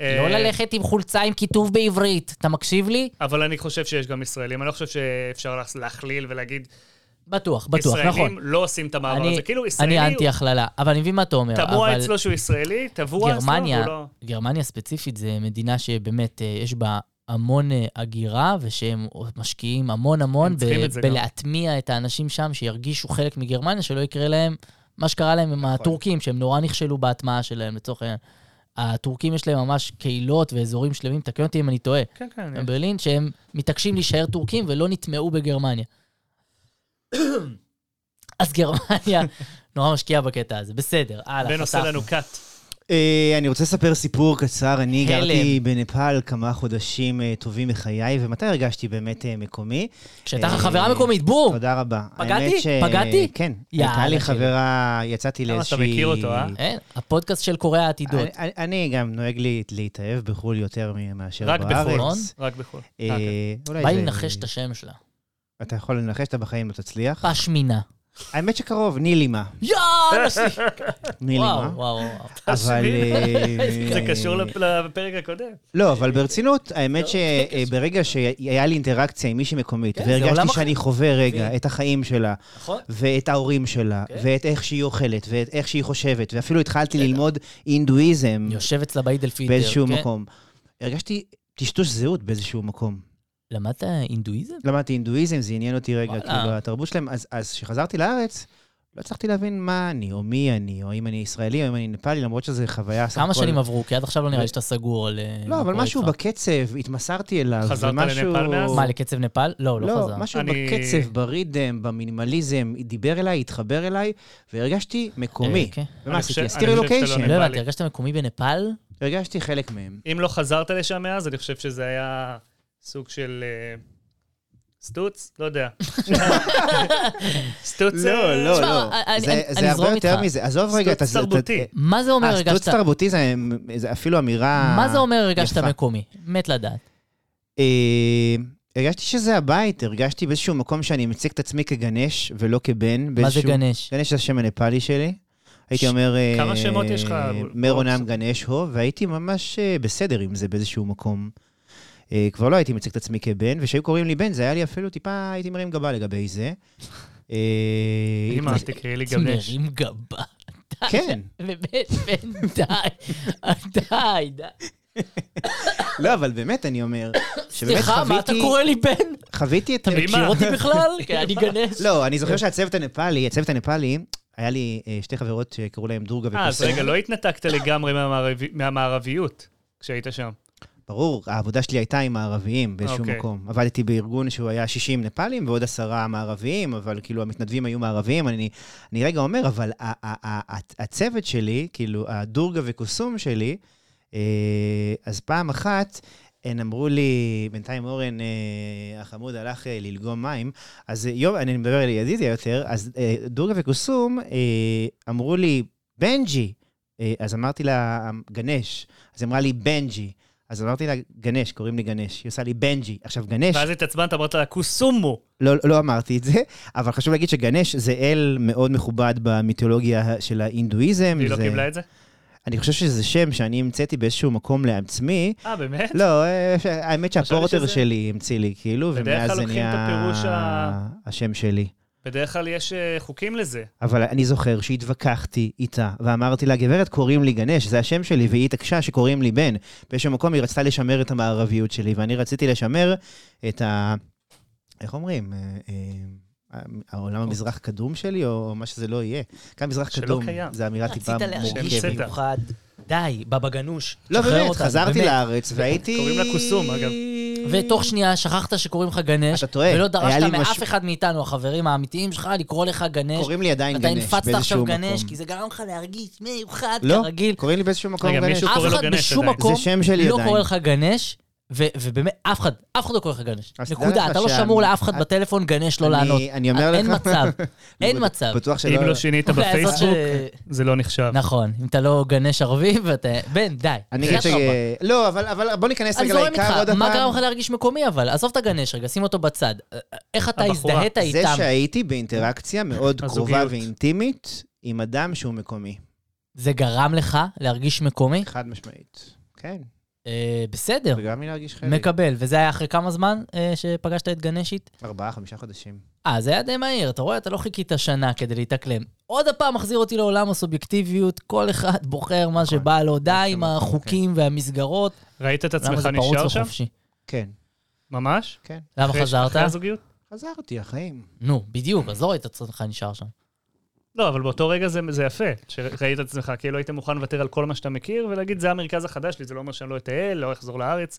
[SPEAKER 5] אה,
[SPEAKER 4] לא ללכת עם חולצה עם כיתוב בעברית, אתה מקשיב לי?
[SPEAKER 5] אבל אני חושב שיש גם ישראלים, אני לא חושב שאפשר לה- להכליל ולהגיד,
[SPEAKER 4] בטוח, בטוח,
[SPEAKER 5] ישראלים
[SPEAKER 4] נכון.
[SPEAKER 5] לא עושים את המעבר
[SPEAKER 4] אני-
[SPEAKER 5] הזה. כאילו,
[SPEAKER 4] אני
[SPEAKER 5] ישראלי,
[SPEAKER 4] אנטי הכללה, אבל אני מבין מה אתה אומר,
[SPEAKER 5] טבוע
[SPEAKER 4] אבל
[SPEAKER 5] אצלו שהוא ישראלי, טבוע אצלו,
[SPEAKER 4] גרמניה,
[SPEAKER 5] והוא לא...
[SPEAKER 4] גרמניה ספציפית זה מדינה שבאמת אה, יש בה המון אה, הגירה, ושהם משקיעים המון המון
[SPEAKER 5] הם צריכים
[SPEAKER 4] ב-
[SPEAKER 5] את זה גם.
[SPEAKER 4] בלהטמיע את האנשים שם, שירגישו חלק מגרמניה, שלא יקרה להם מה שקרה להם
[SPEAKER 5] נכון.
[SPEAKER 4] עם הטורקים, שהם נורא נכשלו בהטמעה שלהם, לצורך העניין. הטורקים יש להם ממש קהילות ואזורים שלמים, תקן אותי אם אני טועה,
[SPEAKER 5] כן, כן.
[SPEAKER 4] בברלין, שהם מתעקשים להישאר טורקים ולא נטמעו
[SPEAKER 5] *coughs*
[SPEAKER 4] בגרמניה. אז גרמניה נורא משקיעה בקטע הזה, בסדר,
[SPEAKER 5] בן
[SPEAKER 4] הלאה,
[SPEAKER 5] עושה
[SPEAKER 4] חתכנו.
[SPEAKER 5] לנו קאט.
[SPEAKER 3] אה, אני רוצה לספר סיפור קצר. אני
[SPEAKER 4] הלם.
[SPEAKER 3] גרתי בנפאל כמה חודשים אה, טובים מחיי, ומתי הרגשתי באמת אה, מקומי?
[SPEAKER 4] כשהייתה לך
[SPEAKER 3] אה,
[SPEAKER 4] חברה מקומית, בום!
[SPEAKER 3] תודה רבה.
[SPEAKER 4] פגעתי?
[SPEAKER 3] האמת ש-
[SPEAKER 4] פגעתי?
[SPEAKER 3] כן.
[SPEAKER 4] יאללה,
[SPEAKER 3] הייתה לי
[SPEAKER 4] שלי.
[SPEAKER 3] חברה, יצאתי
[SPEAKER 5] למה, אתה
[SPEAKER 3] לאיזושהי...
[SPEAKER 5] מכיר אותו, אה?
[SPEAKER 4] אין, הפודקאסט של קוריאה העתידות.
[SPEAKER 3] אני- אני- אני גם נוהג לי- להתאהב בחו"ל יותר מ- מאשר
[SPEAKER 5] רק
[SPEAKER 3] בארץ.
[SPEAKER 5] בחו"ל.
[SPEAKER 4] נכון?
[SPEAKER 5] רק בחו"ל.
[SPEAKER 3] אה,
[SPEAKER 5] אה, כן.
[SPEAKER 3] אולי
[SPEAKER 4] בא לי
[SPEAKER 3] זה-
[SPEAKER 4] לנחש את אה. השם שלה.
[SPEAKER 3] אתה יכול לנחש, אתה בחיים לא תצליח.
[SPEAKER 4] פשמינה.
[SPEAKER 3] האמת שקרוב, נילימה.
[SPEAKER 4] יאללה!
[SPEAKER 3] נילימה.
[SPEAKER 4] וואו, וואו, וואו.
[SPEAKER 3] אבל... אה,
[SPEAKER 5] *laughs* זה קשור לפ- לפרק הקודם.
[SPEAKER 3] לא, אבל ברצינות, האמת שברגע שהיה לי אינטראקציה עם מישהי מקומית,
[SPEAKER 4] לא, כן, זה עולם
[SPEAKER 3] והרגשתי
[SPEAKER 4] אחר.
[SPEAKER 3] שאני חווה
[SPEAKER 4] כן.
[SPEAKER 3] רגע את החיים שלה,
[SPEAKER 4] נכון?
[SPEAKER 3] ואת ההורים שלה,
[SPEAKER 4] כן.
[SPEAKER 3] ואת איך שהיא אוכלת, ואת איך שהיא חושבת, ואפילו התחלתי ללמוד הינדואיזם
[SPEAKER 4] יושב אצלה באידל פיטר.
[SPEAKER 3] באיזשהו
[SPEAKER 4] כן?
[SPEAKER 3] מקום. הרגשתי טשטוש זהות באיזשהו מקום.
[SPEAKER 4] למדת הינדואיזם?
[SPEAKER 3] למדתי הינדואיזם, זה עניין אותי רגע,
[SPEAKER 4] וואלה.
[SPEAKER 3] כאילו, התרבות שלהם. אז- אז כשחזרתי לארץ, לא הצלחתי להבין מה אני, או מי אני, או אם אני ישראלי, או אם אני נפאלי, למרות שזו חוויה... סך
[SPEAKER 4] כמה
[SPEAKER 3] הכל-
[SPEAKER 4] שנים עברו? כי עד עכשיו לא נראה לי שאתה סגור על... אה, מה
[SPEAKER 3] לא, אבל
[SPEAKER 4] קורה
[SPEAKER 3] משהו
[SPEAKER 4] איתך.
[SPEAKER 3] בקצב, התמסרתי אליו,
[SPEAKER 5] חזרת
[SPEAKER 3] ומשהו...
[SPEAKER 5] לנפאל מאז?
[SPEAKER 4] מה, לקצב נפאל? לא, לא
[SPEAKER 3] לא,
[SPEAKER 4] חזר.
[SPEAKER 3] משהו
[SPEAKER 5] אני-
[SPEAKER 3] בקצב, ברידם, במינימליזם, דיבר אליי, התחבר אליי, והרגשתי מקומי. לא
[SPEAKER 4] אה, כן.
[SPEAKER 3] ומה
[SPEAKER 5] אני
[SPEAKER 3] עשיתי?
[SPEAKER 5] חושב-
[SPEAKER 3] עשיתי
[SPEAKER 5] אני חושב שאתה
[SPEAKER 3] רילוקיישן.
[SPEAKER 5] לא
[SPEAKER 4] לא
[SPEAKER 5] נפאלי.
[SPEAKER 4] הבנתי, הרגשת מקומי בנפאל?
[SPEAKER 3] הרגשתי חלק מהם.
[SPEAKER 5] אם לא חזרת לשם מאז, אני חושב שזה היה סוג של אה, סטוץ,
[SPEAKER 3] *laughs*
[SPEAKER 5] לא יודע. סטוץ... אה,
[SPEAKER 3] לא, לא,
[SPEAKER 4] תשמע,
[SPEAKER 3] לא.
[SPEAKER 4] אני-
[SPEAKER 3] זה-
[SPEAKER 4] אני- אני
[SPEAKER 3] זה הרבה
[SPEAKER 4] אזרום
[SPEAKER 3] יותר
[SPEAKER 4] איתך.
[SPEAKER 3] מזה. עזוב רגע את...
[SPEAKER 5] סטוץ
[SPEAKER 3] ה- את ה-
[SPEAKER 5] תרבותי.
[SPEAKER 4] מה זה אומר
[SPEAKER 3] אה,
[SPEAKER 4] הרגשת...
[SPEAKER 3] סטוץ תרבותי זה זה אפילו אמירה...
[SPEAKER 4] מה זה אומר הרגשת
[SPEAKER 3] יפה.
[SPEAKER 4] מקומי? מת לדעת.
[SPEAKER 3] אה, הרגשתי שזה הבית, הרגשתי באיזשהו מקום שאני מציג את עצמי כגנש ולא כבן.
[SPEAKER 4] מה זה
[SPEAKER 3] באיזשהו- אה,
[SPEAKER 4] גנש?
[SPEAKER 3] גנש זה כן, השם הנפאלי שלי. הייתי
[SPEAKER 5] ש-
[SPEAKER 3] אומר... אה,
[SPEAKER 5] כמה שמות יש לך?
[SPEAKER 3] מר אונם גנש הו, והייתי ממש אה, בסדר עם זה באיזשהו מקום. אה, כבר לא הייתי מציג את עצמי כבן, וכשהיו קוראים לי בן, זה היה לי אפילו טיפה, הייתי מרים גבה לגבי זה. אה,
[SPEAKER 5] אמא,
[SPEAKER 3] התנש-
[SPEAKER 5] תקראי לי גבש.
[SPEAKER 4] מרים גבה. די,
[SPEAKER 3] כן.
[SPEAKER 4] *laughs* באמת, בן, די. *laughs* די, די.
[SPEAKER 3] לא, אבל באמת, אני אומר, שבאמת
[SPEAKER 4] סליחה, מה אתה
[SPEAKER 3] חוויתי-
[SPEAKER 4] קורא לי בן?
[SPEAKER 3] חוויתי את...
[SPEAKER 4] אתה מכיר אותי בכלל? *laughs* כן, אני גנש.
[SPEAKER 3] לא, אני זוכר שהצוות הנפאלי, הצוות הנפאלי, היה לי אה, שתי חברות שקראו להן דורגה
[SPEAKER 5] אה, אז
[SPEAKER 3] וקוסם.
[SPEAKER 5] רגע, לא התנתקת לגמרי מהמערבי- מהמערביות כשהיית שם.
[SPEAKER 3] ברור, העבודה שלי הייתה עם הערביים באיזשהו
[SPEAKER 5] אוקיי.
[SPEAKER 3] מקום. עבדתי בארגון שהוא היה 60 נפאלים ועוד עשרה מערביים, אבל כאילו המתנדבים היו מערביים. אני, אני רגע אומר, אבל ה- ה- ה- ה- הצוות שלי, כאילו הדורגה וקוסום שלי, אה, אז פעם אחת הן אמרו לי, בינתיים אורן אה, החמוד הלך אה, ללגום מים, אז אה, יום, אני מדבר על ידידיה יותר, אז אה, דורגה וקוסום אה, אמרו לי, בנג'י. אה, אז אמרתי לה, גנש. אז היא אמרה לי, בנג'י. אז אמרתי לה, גנש, קוראים לי גנש. היא עושה לי בנג'י. עכשיו, גנש,
[SPEAKER 5] ואז התעצבנת, אמרת לה, קוסומו.
[SPEAKER 3] לא, לא אמרתי את זה, אבל חשוב להגיד שגנש זה אל מאוד מכובד במיתולוגיה של ההינדואיזם.
[SPEAKER 5] והיא לא
[SPEAKER 3] זה-
[SPEAKER 5] קיבלה את זה?
[SPEAKER 3] אני חושב שזה שם שאני המצאתי באיזשהו מקום לעצמי.
[SPEAKER 5] אה, באמת?
[SPEAKER 3] לא, אה, ש- האמת
[SPEAKER 5] חשבתי
[SPEAKER 3] שהפורטר
[SPEAKER 5] שזה-
[SPEAKER 3] שלי המציא לי, כאילו,
[SPEAKER 5] בדרך כלל
[SPEAKER 3] ומאז זה
[SPEAKER 5] לוקחים את
[SPEAKER 3] נהיה
[SPEAKER 5] הפירוש ה-
[SPEAKER 3] השם שלי.
[SPEAKER 5] בדרך כלל יש אה, חוקים לזה.
[SPEAKER 3] אבל אני זוכר שהתווכחתי איתה, ואמרתי לה, גברת, קוראים לי גנש, זה השם שלי, והיא התעקשה שקוראים לי בן. באיזשהו מקום היא רצתה לשמר את המערביות שלי, ואני רציתי לשמר את ה... איך אומרים? אה, אה, העולם המזרח קדום שלי, או מה שזה לא יהיה. כאן מזרח
[SPEAKER 5] שלא
[SPEAKER 3] קדום,
[SPEAKER 5] קיים.
[SPEAKER 3] זה אמירה טיפה
[SPEAKER 4] רצית להרגיש
[SPEAKER 5] מורכבת.
[SPEAKER 3] מורכבת.
[SPEAKER 4] במיוחד. די, בבא גנוש.
[SPEAKER 3] לא,
[SPEAKER 4] שחרר
[SPEAKER 3] באמת,
[SPEAKER 4] אותנו,
[SPEAKER 3] חזרתי
[SPEAKER 4] באמת.
[SPEAKER 3] לארץ, והייתי...
[SPEAKER 5] קוראים לה קוסום, אגב.
[SPEAKER 4] ותוך שנייה שכחת שקוראים לך גנש,
[SPEAKER 3] אתה טועה.
[SPEAKER 4] ולא
[SPEAKER 3] היה לי
[SPEAKER 4] דרשת מאף
[SPEAKER 3] משהו-
[SPEAKER 4] אחד מאיתנו, החברים האמיתיים שלך, לקרוא לך גנש.
[SPEAKER 3] קוראים לי עדיין
[SPEAKER 4] אתה
[SPEAKER 3] גנש,
[SPEAKER 4] הנפצת עכשיו
[SPEAKER 3] באיזשהו
[SPEAKER 4] גנש,
[SPEAKER 3] מקום.
[SPEAKER 4] כי זה גרם לך להרגיש מיוחד,
[SPEAKER 3] לא,
[SPEAKER 4] כרגיל.
[SPEAKER 3] קוראים לא לי באיזשהו מקום
[SPEAKER 5] רגע,
[SPEAKER 3] גנש.
[SPEAKER 5] מישהו-
[SPEAKER 4] אף
[SPEAKER 5] קורא לו
[SPEAKER 4] אחד
[SPEAKER 5] גנש
[SPEAKER 4] בשום
[SPEAKER 5] עדיין.
[SPEAKER 4] מקום
[SPEAKER 3] זה שם שלי
[SPEAKER 4] לא
[SPEAKER 3] עדיין.
[SPEAKER 4] קורא לך גנש, ו- ובאמת, אף אחד, אף אחד לא קורא לך גנש.
[SPEAKER 3] אז תדע
[SPEAKER 4] נקודה,
[SPEAKER 3] לך
[SPEAKER 4] אתה לא
[SPEAKER 3] שאני-
[SPEAKER 4] שמור לאף אחד
[SPEAKER 3] את-
[SPEAKER 4] בטלפון גנש לא
[SPEAKER 3] אני-
[SPEAKER 4] לענות.
[SPEAKER 3] אני אומר
[SPEAKER 4] אין
[SPEAKER 3] לך-
[SPEAKER 4] מצב,
[SPEAKER 3] *laughs*
[SPEAKER 4] אין
[SPEAKER 3] לא,
[SPEAKER 4] מצב.
[SPEAKER 3] בטוח שלא...
[SPEAKER 5] אם לא שינית
[SPEAKER 4] אולי אוקיי, אז זאת
[SPEAKER 5] בפייסבוק,
[SPEAKER 4] ש-
[SPEAKER 5] זה לא נחשב.
[SPEAKER 4] נכון, אם אתה לא גנש ערבי, *laughs* ואתה... בן, די.
[SPEAKER 3] אני
[SPEAKER 4] בחייאת
[SPEAKER 3] חושב ש...
[SPEAKER 4] רבאק.
[SPEAKER 3] לא, אבל- אבל בוא ניכנס
[SPEAKER 4] אני
[SPEAKER 3] רגע
[SPEAKER 4] זורם
[SPEAKER 3] לעיקר עוד
[SPEAKER 4] איתך,
[SPEAKER 3] הפעם.
[SPEAKER 4] מה גרם לך להרגיש מקומי אבל? עזוב את הגנש רגע, שים אותו בצד. אה, איך אתה
[SPEAKER 5] הבחורה.
[SPEAKER 4] הזדהית
[SPEAKER 3] זה
[SPEAKER 4] איתם?
[SPEAKER 3] שהייתי באינטראקציה מאוד קרובה
[SPEAKER 5] הזוגיות.
[SPEAKER 3] ואינטימית עם אדם שהוא מקומי.
[SPEAKER 4] זה גרם לך להרגיש מקומי?
[SPEAKER 3] חד משמעית. כן,
[SPEAKER 4] אה, בסדר,
[SPEAKER 3] וגם מלהרגיש חלק.
[SPEAKER 4] מקבל. וזה היה אחרי כמה זמן אה, שפגשת את גנשית?
[SPEAKER 3] ארבעה, חמישה חודשים.
[SPEAKER 4] אה, זה היה די מהיר, אתה רואה? אתה לא חיכית שנה כדי להתאקלם. עוד הפעם מחזיר אותי לעולם הסובייקטיביות, כל אחד בוחר מה
[SPEAKER 5] נכון.
[SPEAKER 4] שבא לו, די עם
[SPEAKER 3] אוקיי.
[SPEAKER 4] החוקים והמסגרות.
[SPEAKER 5] ראית את
[SPEAKER 4] למה
[SPEAKER 5] עצמך
[SPEAKER 4] זה פרוץ
[SPEAKER 5] נשאר שם?
[SPEAKER 4] וחופשי?
[SPEAKER 3] כן.
[SPEAKER 5] ממש?
[SPEAKER 3] כן.
[SPEAKER 4] למה
[SPEAKER 5] אחרי- אחרי
[SPEAKER 4] לא חזרת?
[SPEAKER 5] הזוגיות?
[SPEAKER 3] חזרתי, החיים.
[SPEAKER 4] נו, בדיוק, אז לא ראית את עצמך נשאר שם.
[SPEAKER 5] לא, אבל באותו רגע זה, זה יפה, שראית את עצמך, כאילו היית מוכן לוותר על כל מה שאתה מכיר, ולהגיד, זה המרכז החדש שלי, זה לא אומר שאני לא אטייל, לא אחזור לארץ,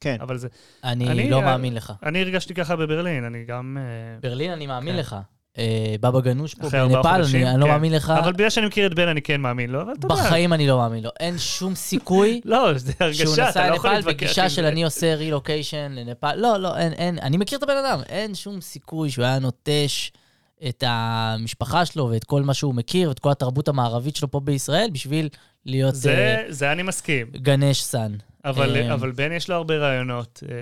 [SPEAKER 3] כן.
[SPEAKER 5] אבל זה...
[SPEAKER 4] אני
[SPEAKER 5] אני- אה,
[SPEAKER 4] לא מאמין לך.
[SPEAKER 5] אני הרגשתי ככה בברלין, אני גם... אה,
[SPEAKER 4] ברלין, אני מאמין
[SPEAKER 5] כן.
[SPEAKER 4] לך. אה, בבא גנוש פה,
[SPEAKER 5] אחרי ארבעה
[SPEAKER 4] בנפאל,
[SPEAKER 5] חודשים.
[SPEAKER 4] אני אני לא
[SPEAKER 5] כן.
[SPEAKER 4] מאמין לך.
[SPEAKER 5] אבל בגלל שאני מכיר את בן, אני כן מאמין לו, אבל אתה יודע.
[SPEAKER 4] בחיים אני לא מאמין לו. אין שום סיכוי
[SPEAKER 5] לא, זה
[SPEAKER 4] שהוא
[SPEAKER 5] *laughs* הרגשה,
[SPEAKER 4] נסע
[SPEAKER 5] אתה לא יכול
[SPEAKER 4] לנפאל
[SPEAKER 5] להתווכח עם
[SPEAKER 4] בגישה
[SPEAKER 5] זה.
[SPEAKER 4] של אני עושה רילוקיישן לנפאל. לא, לא, אין, אין. אני מכיר את הבן אדם. אין שום סיכוי שהוא היה נוטש את המשפחה שלו ואת כל מה שהוא מכיר ואת כל התרבות המערבית שלו פה בישראל בשביל להיות
[SPEAKER 5] זה,
[SPEAKER 4] אה,
[SPEAKER 5] זה אני מסכים,
[SPEAKER 4] גנש סאן.
[SPEAKER 5] אבל,
[SPEAKER 4] אה,
[SPEAKER 5] אבל בן יש לו הרבה רעיונות, אה,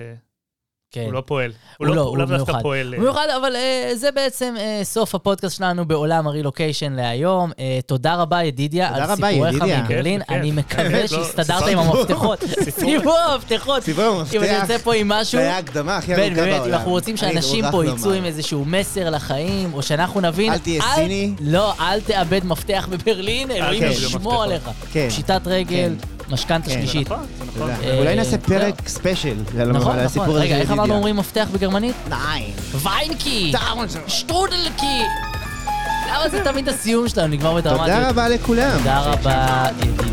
[SPEAKER 4] כן.
[SPEAKER 5] הוא לא פועל.
[SPEAKER 4] הוא
[SPEAKER 5] הוא
[SPEAKER 4] לא,
[SPEAKER 5] לא-
[SPEAKER 4] הוא
[SPEAKER 5] הוא לאו דווקא
[SPEAKER 4] מיוחד.
[SPEAKER 5] פועל. אה,
[SPEAKER 4] במיוחד, אבל אה, זה בעצם אה, סוף הפודקאסט שלנו בעולם הרילוקיישן להיום. אה, תודה רבה, ידידיה,
[SPEAKER 3] תודה
[SPEAKER 4] על
[SPEAKER 3] רבה,
[SPEAKER 4] סיפוריך
[SPEAKER 3] ידידיה.
[SPEAKER 4] מברלין.
[SPEAKER 5] בכיף,
[SPEAKER 4] אני
[SPEAKER 5] בכיף.
[SPEAKER 4] מקווה
[SPEAKER 5] לא,
[SPEAKER 4] שהסתדרת עם
[SPEAKER 5] סיפור.
[SPEAKER 4] המפתחות. סיפור המפתחות.
[SPEAKER 3] סיבוב
[SPEAKER 4] אם אני יוצא
[SPEAKER 3] המפתח,
[SPEAKER 4] פה עם
[SPEAKER 3] זה
[SPEAKER 4] משהו,
[SPEAKER 3] היה ההקדמה הכי ארוכה
[SPEAKER 4] בן,
[SPEAKER 3] בעולם.
[SPEAKER 4] באמת, אנחנו רוצים
[SPEAKER 3] אני לא
[SPEAKER 4] שאנשים
[SPEAKER 3] מוכרח
[SPEAKER 4] פה
[SPEAKER 3] לומר.
[SPEAKER 4] יצאו עם איזשהו מסר לחיים, או שאנחנו נבין...
[SPEAKER 3] אל תהיה ציני.
[SPEAKER 4] לא, אל תאבד מפתח בברלין, אלוהים
[SPEAKER 3] תאבד
[SPEAKER 4] ישמור
[SPEAKER 5] מפתחות.
[SPEAKER 4] עליך.
[SPEAKER 3] כן.
[SPEAKER 4] פשיטת רגל, משכנתה
[SPEAKER 3] כן.
[SPEAKER 5] זה
[SPEAKER 4] שלישית.
[SPEAKER 5] נכון, זה נכון.
[SPEAKER 3] תודה.
[SPEAKER 4] אה,
[SPEAKER 3] אולי נעשה
[SPEAKER 4] זהו.
[SPEAKER 3] פרק ספיישל על
[SPEAKER 4] נכון,
[SPEAKER 3] על
[SPEAKER 4] נכון.
[SPEAKER 3] הסיפור הזה של
[SPEAKER 4] רגע, איך אמרנו
[SPEAKER 3] ידידיה.
[SPEAKER 4] אומרים מפתח בגרמנית?
[SPEAKER 3] נעים.
[SPEAKER 4] ויינקי!
[SPEAKER 3] טאונסון.
[SPEAKER 4] שטרודלקי! למה זה תמיד הסיום שלנו נגמר בדרמטיות?
[SPEAKER 3] תודה רבה לכולם.
[SPEAKER 4] תודה רבה, ידידיה.